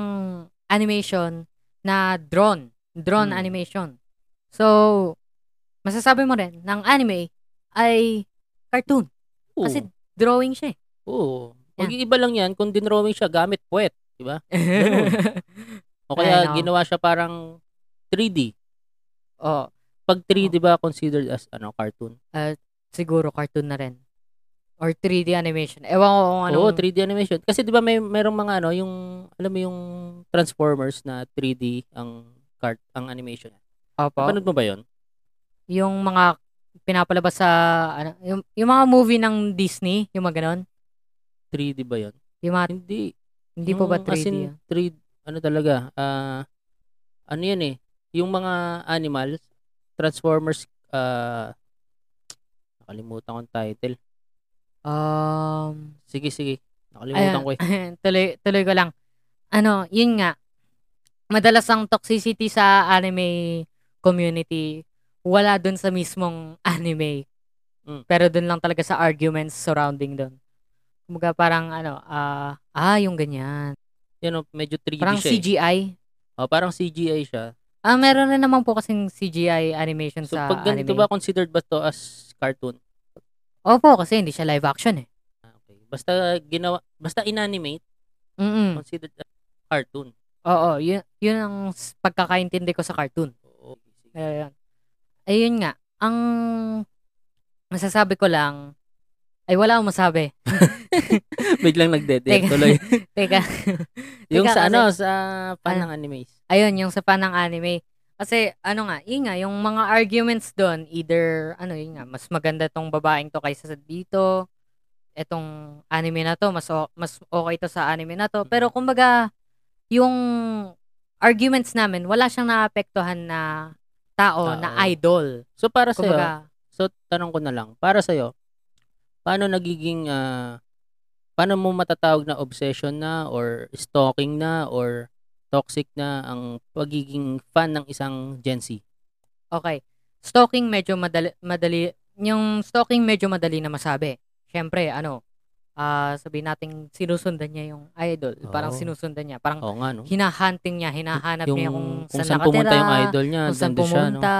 S1: animation na drawn. Drawn
S2: Hmm.
S1: animation. So, masasabi mo rin ng anime ay cartoon.
S2: Oo.
S1: Kasi drawing siya eh.
S2: Oo.
S1: Yan.
S2: Mag-iiba lang yan kung dinrawing siya gamit puwet. O kaya
S1: Ayun, oo.
S2: ginawa siya parang 3D.
S1: Oo,
S2: Pag 3D ba considered as ano cartoon?
S1: siguro cartoon na rin. Or 3D animation. Ewan ko kung ano anong...
S2: Oo, 3D animation. Kasi 'di ba may merong mga ano yung alam mo yung Transformers na 3D ang cart ang animation.
S1: Opo.
S2: Panood mo ba 'yon?
S1: Yung mga pinapalabas sa... Ano, yung, yung mga movie ng Disney, yung mga ganon.
S2: 3D ba 'yon?
S1: Yung mga...
S2: Hindi.
S1: Hindi po ba
S2: Yung Hmm, as
S1: 3D?
S2: in,
S1: yun?
S2: 3D ano talaga, ah, ano yan eh, yung mga animals, Transformers, ah, nakalimutan ko ang title.
S1: Um,
S2: Sige, sige, nakalimutan ko eh.
S1: Ayan, tuloy, tuloy ko lang. Ano, yun nga. Madalas ang toxicity sa anime community wala dun sa mismong anime.
S2: Mm.
S1: Pero dun lang talaga sa arguments surrounding dun. Kumbaga parang ano, ah, ah, yung ganyan.
S2: Yan oh, medyo 3D
S1: Parang
S2: siya eh.
S1: CGI.
S2: Oh, parang CGI siya.
S1: Ah, meron na naman po kasing CGI animation
S2: So,
S1: sa
S2: pag ganito
S1: anime.
S2: ba, considered ba to as cartoon?
S1: Opo, kasi hindi siya live action eh.
S2: Ah, Okay. Basta ginawa, basta inanimate,
S1: Mm-mm.
S2: considered as cartoon.
S1: Oo, yun, yun ang s- pagkakaintindi ko sa cartoon.
S2: Oo.
S1: Pero yun. Ayun nga. Ang masasabi ko lang, ay wala akong masabi.
S2: Biglang nagdede
S1: Teka.
S2: tuloy.
S1: Teka.
S2: yung
S1: Teka,
S2: sa
S1: kasi- ano,
S2: ano, sa fan ng animes.
S1: Ayun, yung sa fan ng anime. Kasi ano nga, yun nga, yung mga arguments doon, either, ano yun nga, mas maganda tong babaeng to kaysa sa dito, etong anime na to, mas, o- mas okay to sa anime na to. Pero kumbaga, yung arguments namin, wala siyang naapektuhan na tao, oh, na
S2: Tao.
S1: idol.
S2: So, para sa'yo,
S1: Kumbaga,
S2: So, tanong ko na lang, para sa'yo, paano nagiging, ah, paano mo matatawag na obsession na or stalking na or toxic na ang pagiging fan ng isang Gen Z?
S1: Okay. Stalking medyo madali, madali yung stalking medyo madali na masabi. Siyempre, ano, ah sabihin natin sinusundan niya yung idol. Parang
S2: Oo.
S1: sinusundan niya. Parang
S2: Oo nga, no?
S1: hinahunting niya, hinahanap niya kung,
S2: kung
S1: saan
S2: saan pumunta yung
S1: nakatira,
S2: idol niya,
S1: kung saan
S2: nandun siya, no?
S1: pumunta.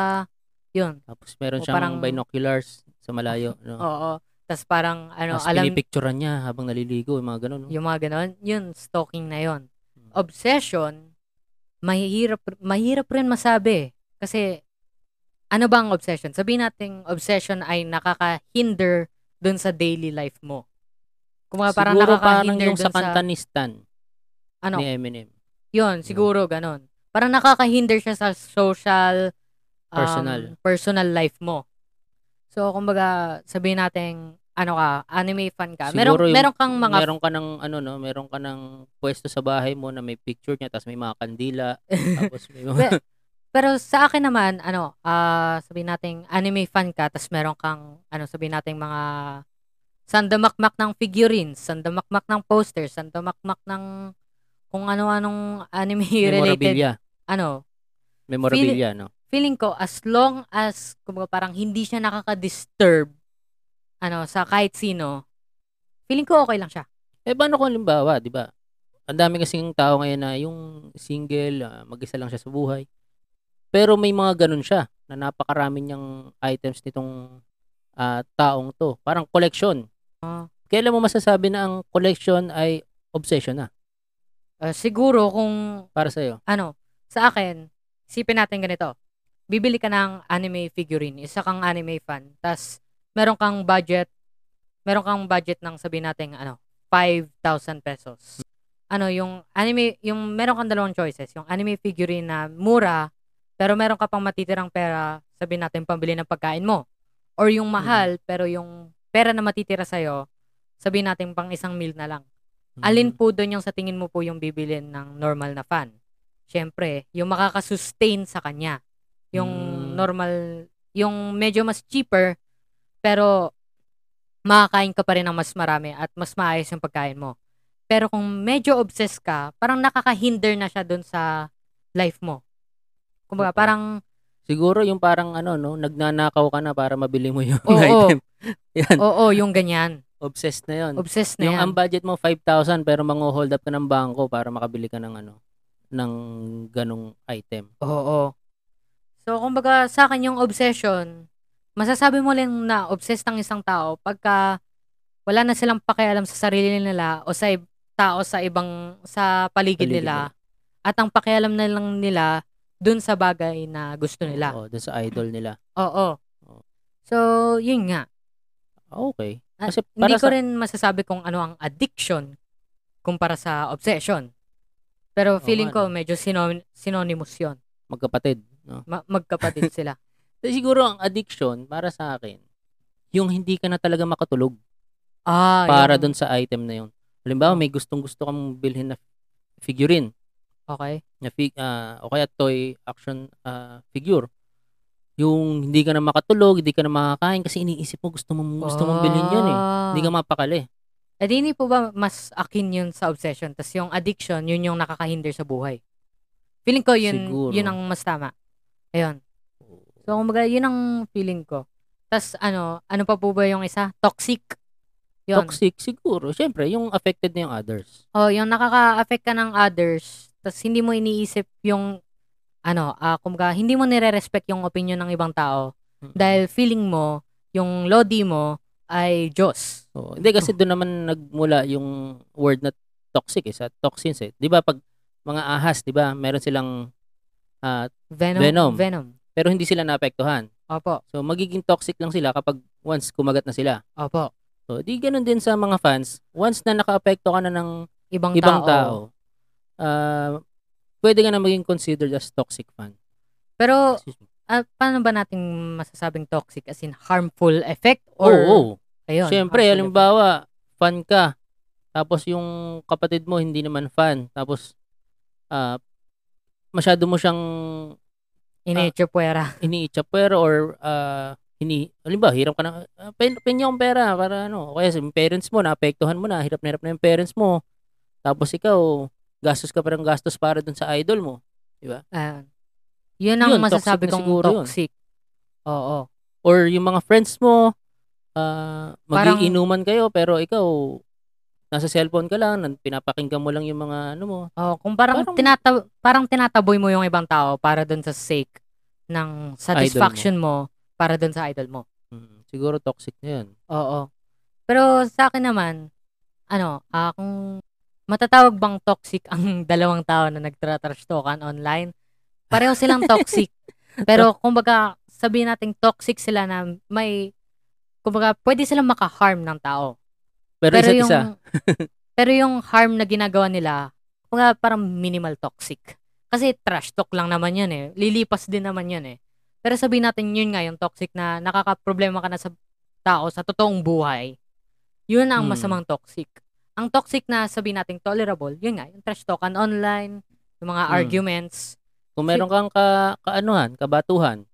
S1: Yun.
S2: Tapos
S1: O
S2: meron siyang
S1: parang-
S2: binoculars sa malayo, no?
S1: Oo. Tapos parang, ano,
S2: Tapos
S1: alam,
S2: pinipicturean niya habang naliligo, yung mga ganun, no?
S1: yung mga ganon, yun, stalking na yun.
S2: Mm.
S1: Obsession, mahirap, mahirap rin masabi. Kasi, ano ba ang obsession? Sabihin natin, obsession ay nakaka-hinder dun sa daily life mo. Kung mga parang
S2: Siguro parang
S1: nakaka-hinder
S2: yung
S1: dun
S2: sa
S1: sa,
S2: kanta ni Stan,
S1: ano,
S2: ni Eminem.
S1: yun,
S2: Mm.
S1: siguro ganon. Parang nakaka-hinder siya sa social, um,
S2: Personal.
S1: personal life mo. So, kumbaga, sabihin natin, ano ka, anime fan ka. Meron,
S2: Siguro yung-
S1: meron kang mga
S2: Meron ka ng ano no, meron ka ng pwesto sa bahay mo na may picture niya tapos may mga kandila, tapos may mga
S1: Pe- pero sa akin naman, ano, ah sabihin natin, anime fan ka, tapos meron kang, ano, sabihin natin mga sandamakmak ng figurines, sandamakmak ng posters, sandamakmak ng kung ano-anong anime-related,
S2: memorabilia,
S1: ano,
S2: memorabilia no.
S1: feeling ko, as long as, kumbaga parang hindi siya nakaka-disturb, ano, sa kahit sino, feeling ko okay lang siya.
S2: Eh paano kung halimbawa, 'di ba? Ang dami kasing tao ngayon na yung single, ah, mag-isa lang siya sa buhay. Pero may mga ganun siya na napakarami niyang items nitong ah, taong to. Parang collection.
S1: Ah.
S2: Kailan mo masasabi na ang collection ay obsession na
S1: Ah, siguro kung
S2: para sa'yo?
S1: ano, sa akin, isipin natin ganito. Bibili ka ng anime figurine, isa kang anime fan, tas meron kang budget, meron kang budget ng sabihin natin, ano, 5,000 pesos. Ano, yung anime, yung meron kang dalawang choices, yung anime figurine na mura, pero meron ka pang matitirang pera, sabihin natin, pambili ng pagkain mo. Or yung mahal, pero yung pera na matitira sa'yo, sabihin natin pang isang meal na lang.
S2: Mm.
S1: Alin po doon yung sa tingin mo po yung bibilin ng normal na fan? Siyempre, yung makakasustain sa kanya. Yung
S2: Mm.
S1: normal, yung medyo mas cheaper, pero makakain ka pa rin ng mas marami at mas maayos yung pagkain mo. Pero kung medyo obsessed ka, parang nakaka-hinder na siya doon sa life mo. Kumbaga,
S2: Oo.
S1: parang,
S2: Siguro yung parang ano no, nagnanakaw ka na para mabili mo yung
S1: Oo.
S2: item. Yan,
S1: oo, yung ganyan.
S2: obsessed na 'yon.
S1: Obsessed na
S2: yung
S1: yan.
S2: ang budget mo 5,000 pero mango-hold up ka ng bangko para makabili ka ng ano ng ganong item.
S1: Oo. So, kumbaga, sa akin yung obsession, masasabi mo lang na obsessed ang isang tao pagka wala na silang pakialam sa sarili nila o sa ib- tao sa ibang, sa paligid,
S2: Paligid
S1: nila. At ang pakialam na lang nila dun sa bagay na gusto nila. Oo.
S2: Oo, dun sa idol nila. Oo.
S1: So, yun nga.
S2: Okay.
S1: Ah,
S2: Kasi
S1: Hindi
S2: para
S1: ko
S2: sa
S1: rin masasabi kung ano ang addiction kumpara sa obsession. Pero
S2: Oo
S1: feeling
S2: nga,
S1: ko medyo sino- synonymous yun.
S2: magkapatid, no.
S1: Ma- magkapatid sila.
S2: So, siguro ang addiction para sa akin, yung hindi ka na talaga makatulog
S1: Ah,
S2: para
S1: yun.
S2: dun sa item na yun. Halimbawa, may gustong-gusto kang bilhin na figurine
S1: Okay?
S2: na fig, ah, o kaya toy action ah, figure. Yung hindi ka na makatulog, hindi ka na makakain kasi iniisip mo gusto mong gusto mong bilhin 'yun eh. Hindi ka mapakali.
S1: Ah. Eh, di hindi po ba mas akin yun sa obsession? Tapos yung addiction, yun yung nakakahinder sa buhay. Feeling ko yun,
S2: Siguro.
S1: yun ang mas tama. Ayun. So, kumbaga, yun ang feeling ko. Tapos, ano, ano pa po ba yung isa? Toxic. Yun.
S2: Toxic siguro. Siyempre, yung affected na yung others.
S1: Oh, yung nakaka-affect ka ng others, tapos hindi mo iniisip yung ano, ah kumbaga, hindi mo nire-respect yung opinion ng ibang tao
S2: Mm.
S1: dahil feeling mo yung lodi mo ay Diyos.
S2: Oo. hindi kasi doon naman nagmula yung word na toxic eh, sa toxins eh. 'Di ba pag mga ahas, 'di ba, meron silang ah,
S1: Venom.
S2: Venom. pero hindi sila naapektuhan.
S1: Opo.
S2: So magiging toxic lang sila kapag once kumagat na sila.
S1: Opo.
S2: So di ganun din sa mga fans, once na nakaapekto ka na ng
S1: Ibang, tao.
S2: ibang tao, ah, pwede ka na maging considered as toxic fan.
S1: Pero
S2: Excuse me.
S1: ah, paano ba nating masasabing toxic as in harmful effect
S2: Oo,
S1: or
S2: oo.
S1: ayun.
S2: Oh, Siyempre,
S1: harmful
S2: halimbawa, fan ka, tapos yung kapatid mo hindi naman fan, tapos ah, masyado mo siyang
S1: effect.
S2: ah.
S1: in nature puwera.
S2: iniitsa pera or ah, hini, halimbawa, hirap ka na, uh, penya akong pera para ano, o kaya sa parents mo, naapektuhan mo na, hirap na hirap na yung parents mo, tapos ikaw, gastos ka parang gastos para dun sa idol mo.
S1: Ayun. Ah, Yun ang
S2: Yun, toxic
S1: masasabi
S2: na
S1: kong
S2: siguro yun.
S1: toxic. Oo.
S2: or yung mga friends mo ah
S1: Parang-
S2: magiinuman kayo pero ikaw nasa cellphone ka lang nan- pinapakinggan mo lang yung mga ano mo
S1: Oh, kung parang,
S2: Parang-
S1: tinata- parang tinataboy mo yung ibang tao para doon sa sake ng satisfaction mo. para doon sa idol mo.
S2: Mm, siguro toxic na yun
S1: Oo. Pero sa akin naman, ano, ah, kung matatawag bang toxic ang dalawang tao na nagtra-trashtokan online, pareho silang toxic. Pero kumbaga, sabihin nating toxic sila na may, kumbaga, pwede silang maka-harm ng tao
S2: pero, isa't isa
S1: pero yung harm na ginagawa nila, mga parang minimal toxic. Kasi trash talk lang naman yun eh. Lilipas din naman yun eh. Pero sabihin natin yun nga, yung toxic na nakakaproblema ka na sa tao sa totoong buhay. Yun ang
S2: Hmm.
S1: masamang toxic. Ang toxic na sabihin natin tolerable, yun nga, yung trash talkan online, yung mga
S2: Hmm.
S1: arguments.
S2: kung meron kang ka, kaanuhan kabatuhan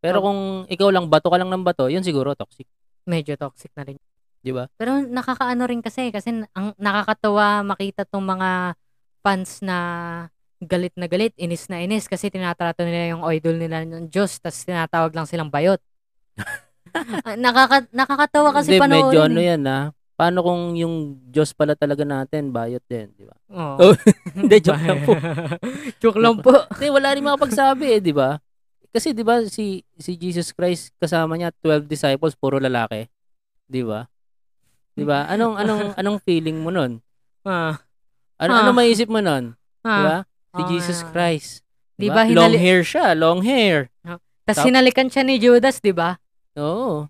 S2: pero
S1: Oh.
S2: kung ikaw lang bato ka lang ng bato yun siguro toxic
S1: Medyo toxic na rin.
S2: di ba
S1: Pero nakakaano rin kasi, kasi ang nakakatawa makita tong mga fans na galit na galit, inis na inis kasi tinatrato nila yung idol nila ng Diyos tapos tinatawag lang silang bayot. Ah, Nakaka- nakakatawa kasi
S2: Hindi,
S1: panoorin.
S2: medyo ano
S1: eh.
S2: yan ah paano kung yung Diyos pala talaga natin bayot din di ba
S1: Oo.
S2: Oh, hindi, joke lang po.
S1: joke lang po.
S2: Hindi, wala rin makapagsabi eh, di ba? Kasi di ba si si Jesus Christ kasama niya 12 disciples puro lalaki. Di ba? Di ba? Anong anong anong feeling mo nun?
S1: Ah,
S2: Ano
S1: Ah.
S2: ano maiisip mo nun? Di
S1: ah.
S2: ba? Si
S1: Oo
S2: Jesus
S1: nga.
S2: Christ.
S1: Di ba,
S2: Long
S1: hinali-
S2: hair siya, long hair.
S1: Tapos
S2: Tap-
S1: hinalikan siya ni Judas, di ba?
S2: Oo.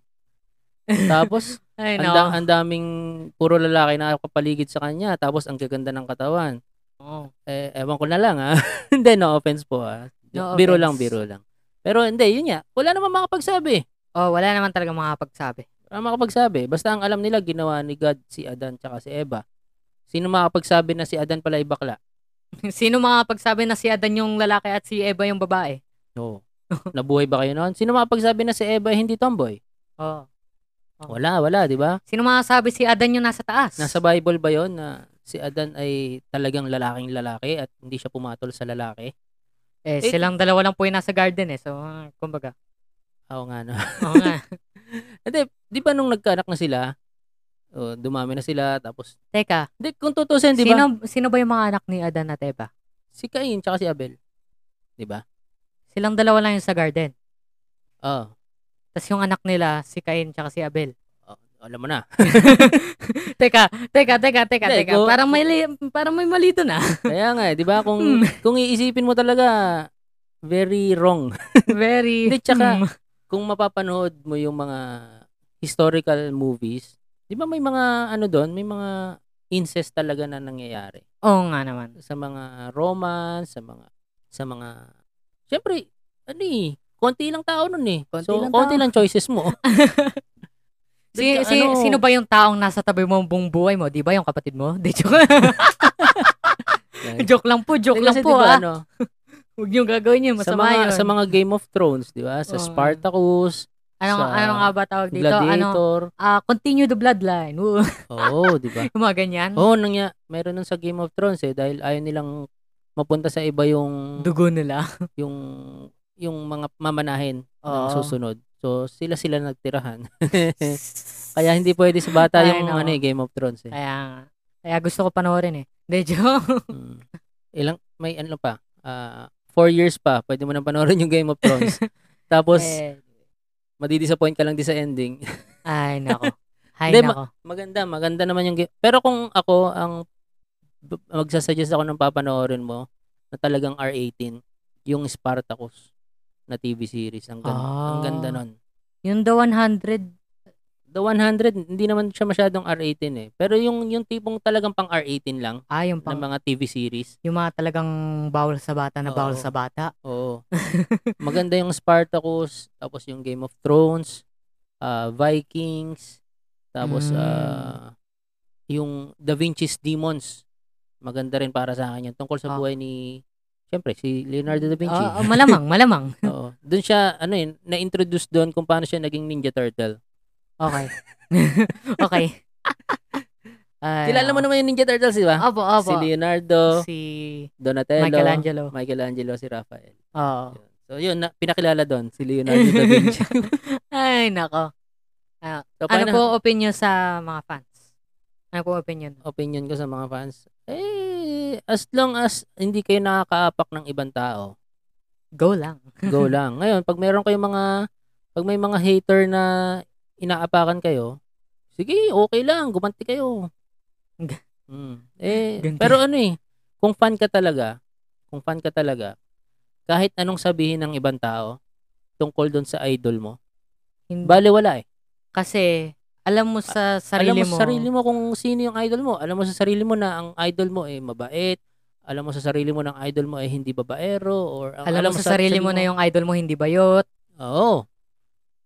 S2: Tapos
S1: Ay,
S2: ang,
S1: no.
S2: da- ang daming puro lalaki na kapaligid sa kanya. Tapos ang gaganda ng katawan.
S1: Oo.
S2: Eh, ewan ko na lang ah. hindi, no offense po ah.
S1: No
S2: biro
S1: offense.
S2: lang, biro lang. Pero hindi, yun nga. Wala namang makapagsabi.
S1: Oh, wala naman talaga makakapagsabi.
S2: Wala makapagsabi. Basta ang alam nila, ginawa ni God si Adan tsaka si Eva. Sino makapagsabi na si Adan pala ay bakla?
S1: Sino makakapagsabi na si Adan yung lalaki at si Eva yung babae?
S2: No. Nabuhay ba kayo noon? Sino makapagsabi na si Eva ay hindi tomboy?
S1: Oo.
S2: Wala, wala, di ba?
S1: Sino makasabi si Adan yung nasa taas?
S2: Nasa Bible ba yon na si Adan ay talagang lalaking lalaki at hindi siya pumatol sa lalaki?
S1: Eh,
S2: Eh,
S1: silang dalawa lang po yung nasa garden eh. So, ah, kumbaga.
S2: Oo nga no.
S1: Oo nga.
S2: Hindi, di ba nung nagkaanak na sila, oh, dumami na sila, tapos,
S1: Teka,
S2: hindi, kung tutusin, di ba?
S1: sino, sino ba yung mga anak ni Adan at Eva?
S2: Si Cain tsaka si Abel. Di ba?
S1: Silang dalawa lang yung sa garden.
S2: Oo.
S1: Tapos yung anak nila, si Cain tsaka si Abel.
S2: Oh, alam mo na.
S1: teka, teka, teka, teka,
S2: Hindi,
S1: teka.
S2: go-
S1: Parang may, li- parang may mali dun ah.
S2: Kaya nga, eh, 'di ba? Kung kung iisipin mo talaga very wrong.
S1: Very.
S2: Hindi, tsaka,
S1: Hmm.
S2: Kung mapapanood mo yung mga historical movies, 'di ba may mga ano doon, may mga incest talaga na nangyayari
S1: Oo nga naman.
S2: sa mga Roman, sa mga sa mga Siyempre, ano eh, konti lang tao nun eh.
S1: Konti
S2: so,
S1: lang
S2: konti
S1: tao.
S2: lang choices mo.
S1: Si, si,
S2: ano,
S1: Sino ba yung taong nasa tabi mo buong buhay mo? Di ba yung kapatid mo? Di, joke.
S2: yan.
S1: joke lang po, joke
S2: Kasi
S1: lang
S2: di
S1: po
S2: ba,
S1: ah.
S2: ano,
S1: Huwag niyong gagawin yun,
S2: sa
S1: masama
S2: mga
S1: yun.
S2: sa mga Game of Thrones, 'di ba? Sa
S1: Oo.
S2: Spartacus,
S1: ano,
S2: sa
S1: ano nga ba tawag dito? Ano,
S2: Gladiator.
S1: ah, continue the bloodline. Woo.
S2: Oo, 'di ba?
S1: Yung mga ganyan.
S2: Oo, nangya, meron nun sa Game of Thrones eh dahil ayaw nilang mapunta sa iba yung
S1: Dugo nila.
S2: yung yung mga mamanahin
S1: Oo.
S2: ng susunod. So sila sila nagtirahan. Kaya hindi pwede sa bata
S1: Ay,
S2: yung
S1: nako.
S2: ano eh, Game of Thrones eh.
S1: Kaya nga. Kaya gusto ko panoorin eh. Hindi, joke.
S2: Mm. Ilang may ano pa? ah, four years pa, pwede mo nang panoorin yung Game of Thrones. Tapos
S1: Eh,
S2: madidisappoint ka lang di sa ending.
S1: ay, nako. Ay,
S2: Hindi,
S1: nako.
S2: Maganda, maganda naman yung game. Pero kung ako, ang b- magsasuggest ako ng papanoorin mo na talagang R18, yung Spartacus na TV series. Ang ganda, ang
S1: Ah.
S2: ganda nun.
S1: Yung The 100,
S2: The 100, hindi naman siya masyadong R18 eh. Pero yung, yung tipong talagang pang R18 lang
S1: ah, yung,
S2: ng
S1: pang,
S2: mga TV series.
S1: yung mga talagang bawal sa bata na bawal
S2: Oo.
S1: sa bata.
S2: Oo. Maganda yung Spartacus, tapos yung Game of Thrones, ah, Vikings, tapos
S1: Mm.
S2: ah, yung Da Vinci's Demons. Maganda rin para sa akin yun. Tungkol
S1: Ah.
S2: sa buhay ni, syempre, si Leonardo da Vinci.
S1: Ah, ah, malamang, malamang.
S2: Oo. Doon siya, ano yun, na-introduce doon kung paano siya naging Ninja Turtle.
S1: Okay. okay. Ay,
S2: Kilala mo
S1: nako.
S2: naman yung Ninja Turtles, di ba?
S1: Opo, opo.
S2: Si Leonardo,
S1: Si
S2: Donatello, Michelangelo,
S1: Michelangelo.
S2: si Raphael.
S1: Oo.
S2: Yun. So yun, na, pinakilala doon si Leonardo da Vinci.
S1: Ay, nako. Ano
S2: So, paano-
S1: po opinion sa mga fans? Ano po opinion?
S2: opinion ko sa mga fans, eh, as long as hindi kayo nakakaapak ng ibang tao,
S1: Go lang.
S2: go lang. Ngayon, pag meron kayong mga, pag may mga hater na inaapakan kayo, sige, okay lang, gumanti kayo.
S1: G-
S2: Mm. Eh,
S1: Ganti.
S2: pero ano eh, kung fan ka talaga, kung fan ka talaga, kahit anong sabihin ng ibang tao tungkol doon sa idol mo,
S1: Hindi-
S2: bale wala eh.
S1: Kasi alam mo sa sarili
S2: Ah, alam mo, sa sarili mo kung sino yung idol mo. Alam mo sa sarili mo na ang idol mo ay mabait. Alam mo sa sarili mo na ang idol mo ay hindi babaero or ang-
S1: alam, mo sa sarili mo na yung idol mo hindi bayot.
S2: Oo.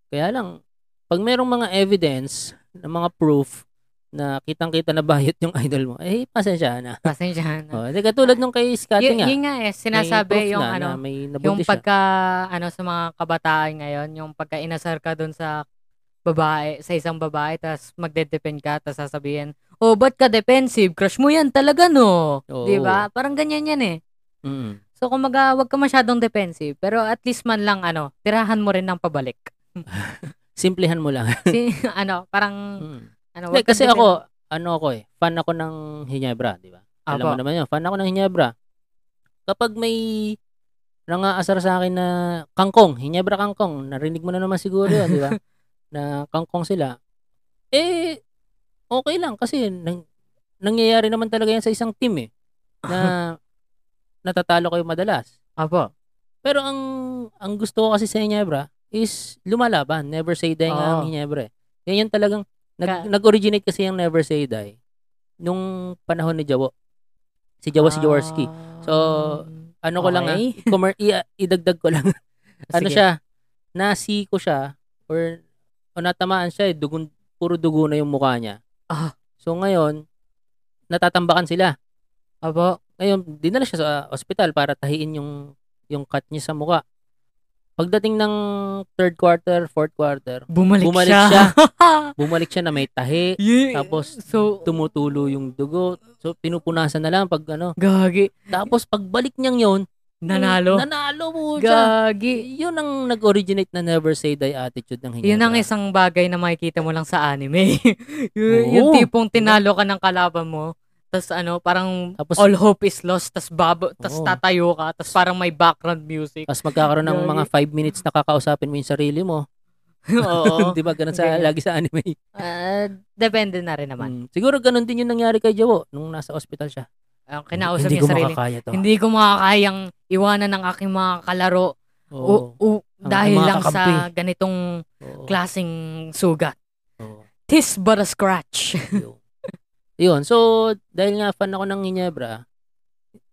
S2: Kaya lang pag merong mga evidence, na mga proof na kitang-kita na bayot yung idol mo, eh pasensya na.
S1: Pasensya na.
S2: Oh, hindi katulad nung kay Scotty
S1: Y-
S2: nga.
S1: yun nga eh, sinasabi yung ano,
S2: may
S1: yung
S2: nabuntis siya.
S1: pagka ano sa mga kabataan ngayon, yung pagka inasar ka doon sa babae, sa isang babae, tas magde-depend ka, tas sasabihin, oh, ba't ka defensive? Crush mo yan talaga, no?
S2: Oo.
S1: Di ba? Parang ganyan yan eh.
S2: Mm.
S1: So, kumaga, wag ka masyadong defensive, pero at least man lang, ano, tirahan mo rin ng pabalik.
S2: Simplihan mo lang.
S1: Si, ano, parang,
S2: Mm.
S1: ano,
S2: Hindi,
S1: wag ka
S2: kasi
S1: depen-
S2: ako, ano ako eh, fan ako ng Hinebra, di ba? Alam
S1: Apo.
S2: mo naman yun, fan ako ng Hinebra. Kapag may nangaasar sa akin na kangkong, Hinebra kangkong, narinig mo na naman siguro yun, di ba? na kangkong sila. Eh, okay lang kasi nang, nangyayari naman talaga yan sa isang team eh. Na natatalo kayo madalas.
S1: Apo.
S2: Pero ang ang gusto ko kasi sa Hinebra is lumalaban. Never say die nga ang
S1: Oo.
S2: Hinebra. eh. Yan yung talagang nag,
S1: Ah. Ka-
S2: nag-originate kasi yung Never Say Die nung panahon ni Jawo. Si
S1: Ah,
S2: Jawo si Jaworski. So, Ano ko lang ah, comer- i- idagdag ko lang. ano siya, nasiko siya or o natamaan siya eh, dugun, puro dugo na yung mukha niya.
S1: Ah.
S2: So ngayon, natatambakan sila.
S1: Apo.
S2: Ngayon, dinala siya sa ah, ospital para tahiin yung yung cut niya sa mukha. Pagdating ng third quarter, fourth quarter,
S1: Bumalik,
S2: bumalik
S1: siya.
S2: siya. bumalik siya na may tahi.
S1: Yeah.
S2: Tapos,
S1: so,
S2: tumutulo yung dugo. So, pinupunasan na lang pag ano.
S1: gagi.
S2: Tapos, pagbalik niyang yon
S1: Nanalo.
S2: Nanalo po siya.
S1: Gagi.
S2: Yun ang nag-originate na never say die attitude ng Hinebra.
S1: Yun ang isang bagay na makikita mo lang sa anime. yun,
S2: Oo.
S1: yung tipong tinalo ka ng kalaban mo, tas ano, parang
S2: Tapos, Oh.
S1: all hope is lost, tas, babo, tas
S2: Oo.
S1: tatayo ka, tas parang may background music.
S2: tapos magkakaroon ng
S1: Gagi.
S2: mga 5 minutes na kakausapin mo yung sarili mo.
S1: Oo.
S2: Di ba? Ganun sa,
S1: Ganyan.
S2: lagi sa anime.
S1: Ah, depende na rin naman.
S2: Mm. Siguro ganun din yung nangyari kay Jawo nung nasa ospital siya.
S1: Ang Ah, kinausap
S2: Hmm. Hindi
S1: niya
S2: ko
S1: sarili.
S2: makakaya to.
S1: Hindi ko makakayang iwanan ng aking mga kalaro
S2: Oo.
S1: u- u-
S2: Ang
S1: dahil
S2: mga
S1: lang
S2: kakampi.
S1: sa ganitong
S2: Oo.
S1: klasing sugat.
S2: Oo.
S1: Tis but a scratch.
S2: Yun. Yun. So, dahil nga fan ako ng Ginebra,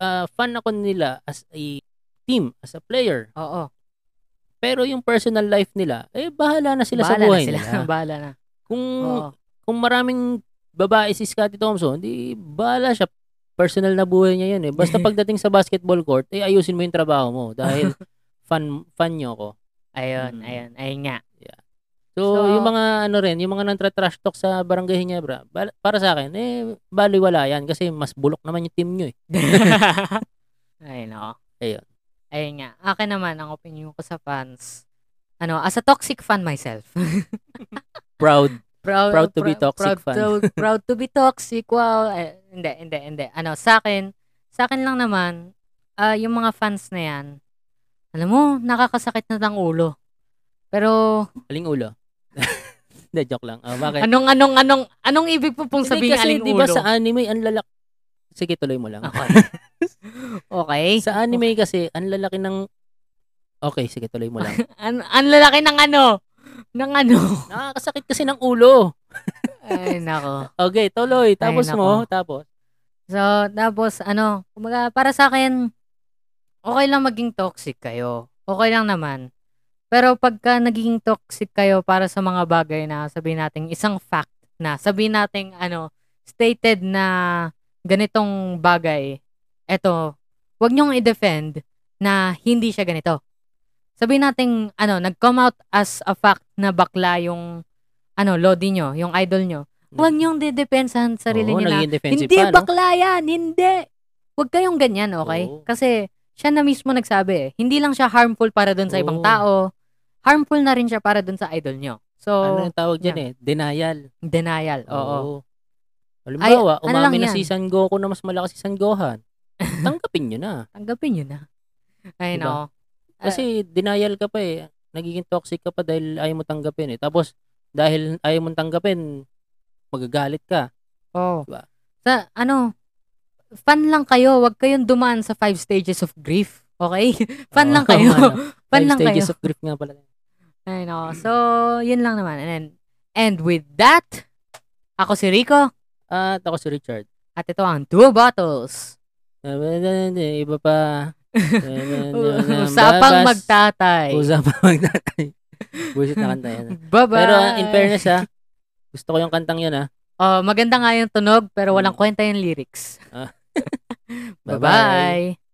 S2: ah fan ako nila as a team, as a player.
S1: Oo.
S2: Pero yung personal life nila, eh, bahala na sila sa
S1: bahala
S2: buhay
S1: na sila.
S2: nila. Hmm.
S1: bahala na.
S2: Kung
S1: Oo.
S2: kung maraming babae si Scottie Thompson, di bala siya. Personal na buhay niya yun eh. Basta pagdating sa basketball court, eh ayusin mo yung trabaho mo dahil fan fan niyo ako.
S1: Ayun,
S2: Mm.
S1: ayun, ayun nga.
S2: So,
S1: So-
S2: yung mga ano rin, yung mga nantra-trash talk sa barangay niya, bra, bal- para sa akin, eh, baliwala yan kasi mas bulok naman yung team niyo eh.
S1: ayun ako.
S2: Ayun.
S1: Ayun nga. Akin naman, ang opinion ko sa fans, ano, as a toxic fan myself.
S2: Proud.
S1: proud,
S2: Proud to be
S1: proud
S2: toxic fan.
S1: To, proud to be toxic. Wow. Eh, hindi, hindi, hindi. Ano, sa akin, sa akin lang naman, ah, yung mga fans na yan, alam mo, nakakasakit na ng ulo. Pero,
S2: Aling ulo. Hindi, joke lang. Ah, bakit?
S1: anong, anong, anong, anong ibig po pong sabihin
S2: Hindi, kasi,
S1: aling
S2: di
S1: ulo?
S2: ba sa anime, ang lalak... Sige, tuloy mo lang.
S1: Okay. okay.
S2: Sa anime kasi, ang lalaki ng... Okay, sige, tuloy mo lang.
S1: An ang lalaki ng ano? Ng ano?
S2: Nakakasakit kasi ng ulo.
S1: Ay, nako.
S2: Okay, tuloy. Tapos
S1: Ay, nako.
S2: mo, tapos.
S1: So, tapos, ano, kumbaga, para sa akin, okay lang maging toxic kayo. Okay lang naman. Pero pagka nagiging toxic kayo para sa mga bagay na sabihin natin isang fact na sabihin natin ano stated na ganitong bagay, eto, wag niyong i-defend na hindi siya ganito. Sabihin natin ano, nag-come out as a fact na bakla yung ano, lodi nyo, yung idol nyo. Huwag niyong didepensahan sa sarili
S2: Mm. Oo,
S1: niyo na
S2: naging defensive
S1: hindi
S2: pa, no?
S1: bakla yan, hindi. Huwag kayong ganyan, okay?
S2: Oo.
S1: Kasi siya na mismo nagsabi eh. Hindi lang siya harmful para doon sa ibang
S2: Oo.
S1: tao. Harmful na rin siya para doon sa idol nyo.
S2: Ano Oh.
S1: So,
S2: yung tawag dyan eh? Denial.
S1: denial. Oo.
S2: Halimbawa,
S1: Ay, ano
S2: umamin
S1: lang
S2: na
S1: yan.
S2: si San Goku na mas malaki si San Gohan. Tanggapin nyo na.
S1: Tanggapin nyo na. Ayun
S2: Diba?
S1: oo. Ah.
S2: Kasi denial ka pa eh. Nagiging toxic ka pa dahil ayaw mo tanggapin eh. Tapos, dahil ayaw mo tanggapin, magagalit ka.
S1: Oo.
S2: Diba?
S1: Oh. Sa, ano, fan lang kayo. Huwag kayong dumaan sa five stages of grief. Okay? fan
S2: Oo,
S1: lang kayo.
S2: ano,
S1: fan
S2: five
S1: lang kayo.
S2: stages of grief nga pala.
S1: Ayun oo. So, yun lang naman. And, then, and with that, ako si Rico
S2: At ako si Richard.
S1: at ito ang Two Bottles.
S2: Iba pa.
S1: Usapang
S2: Babas.
S1: magtatay.
S2: Usapang magtatay. Bullshit na kanta yan. ah.
S1: Bye-bye.
S2: Pero ah, in fairness ha, gusto ko yung kantang yun ha.
S1: Oh, maganda nga yung tunog, pero walang kwenta yung lyrics.
S2: Ah.
S1: Bye-bye.
S2: Bye-bye.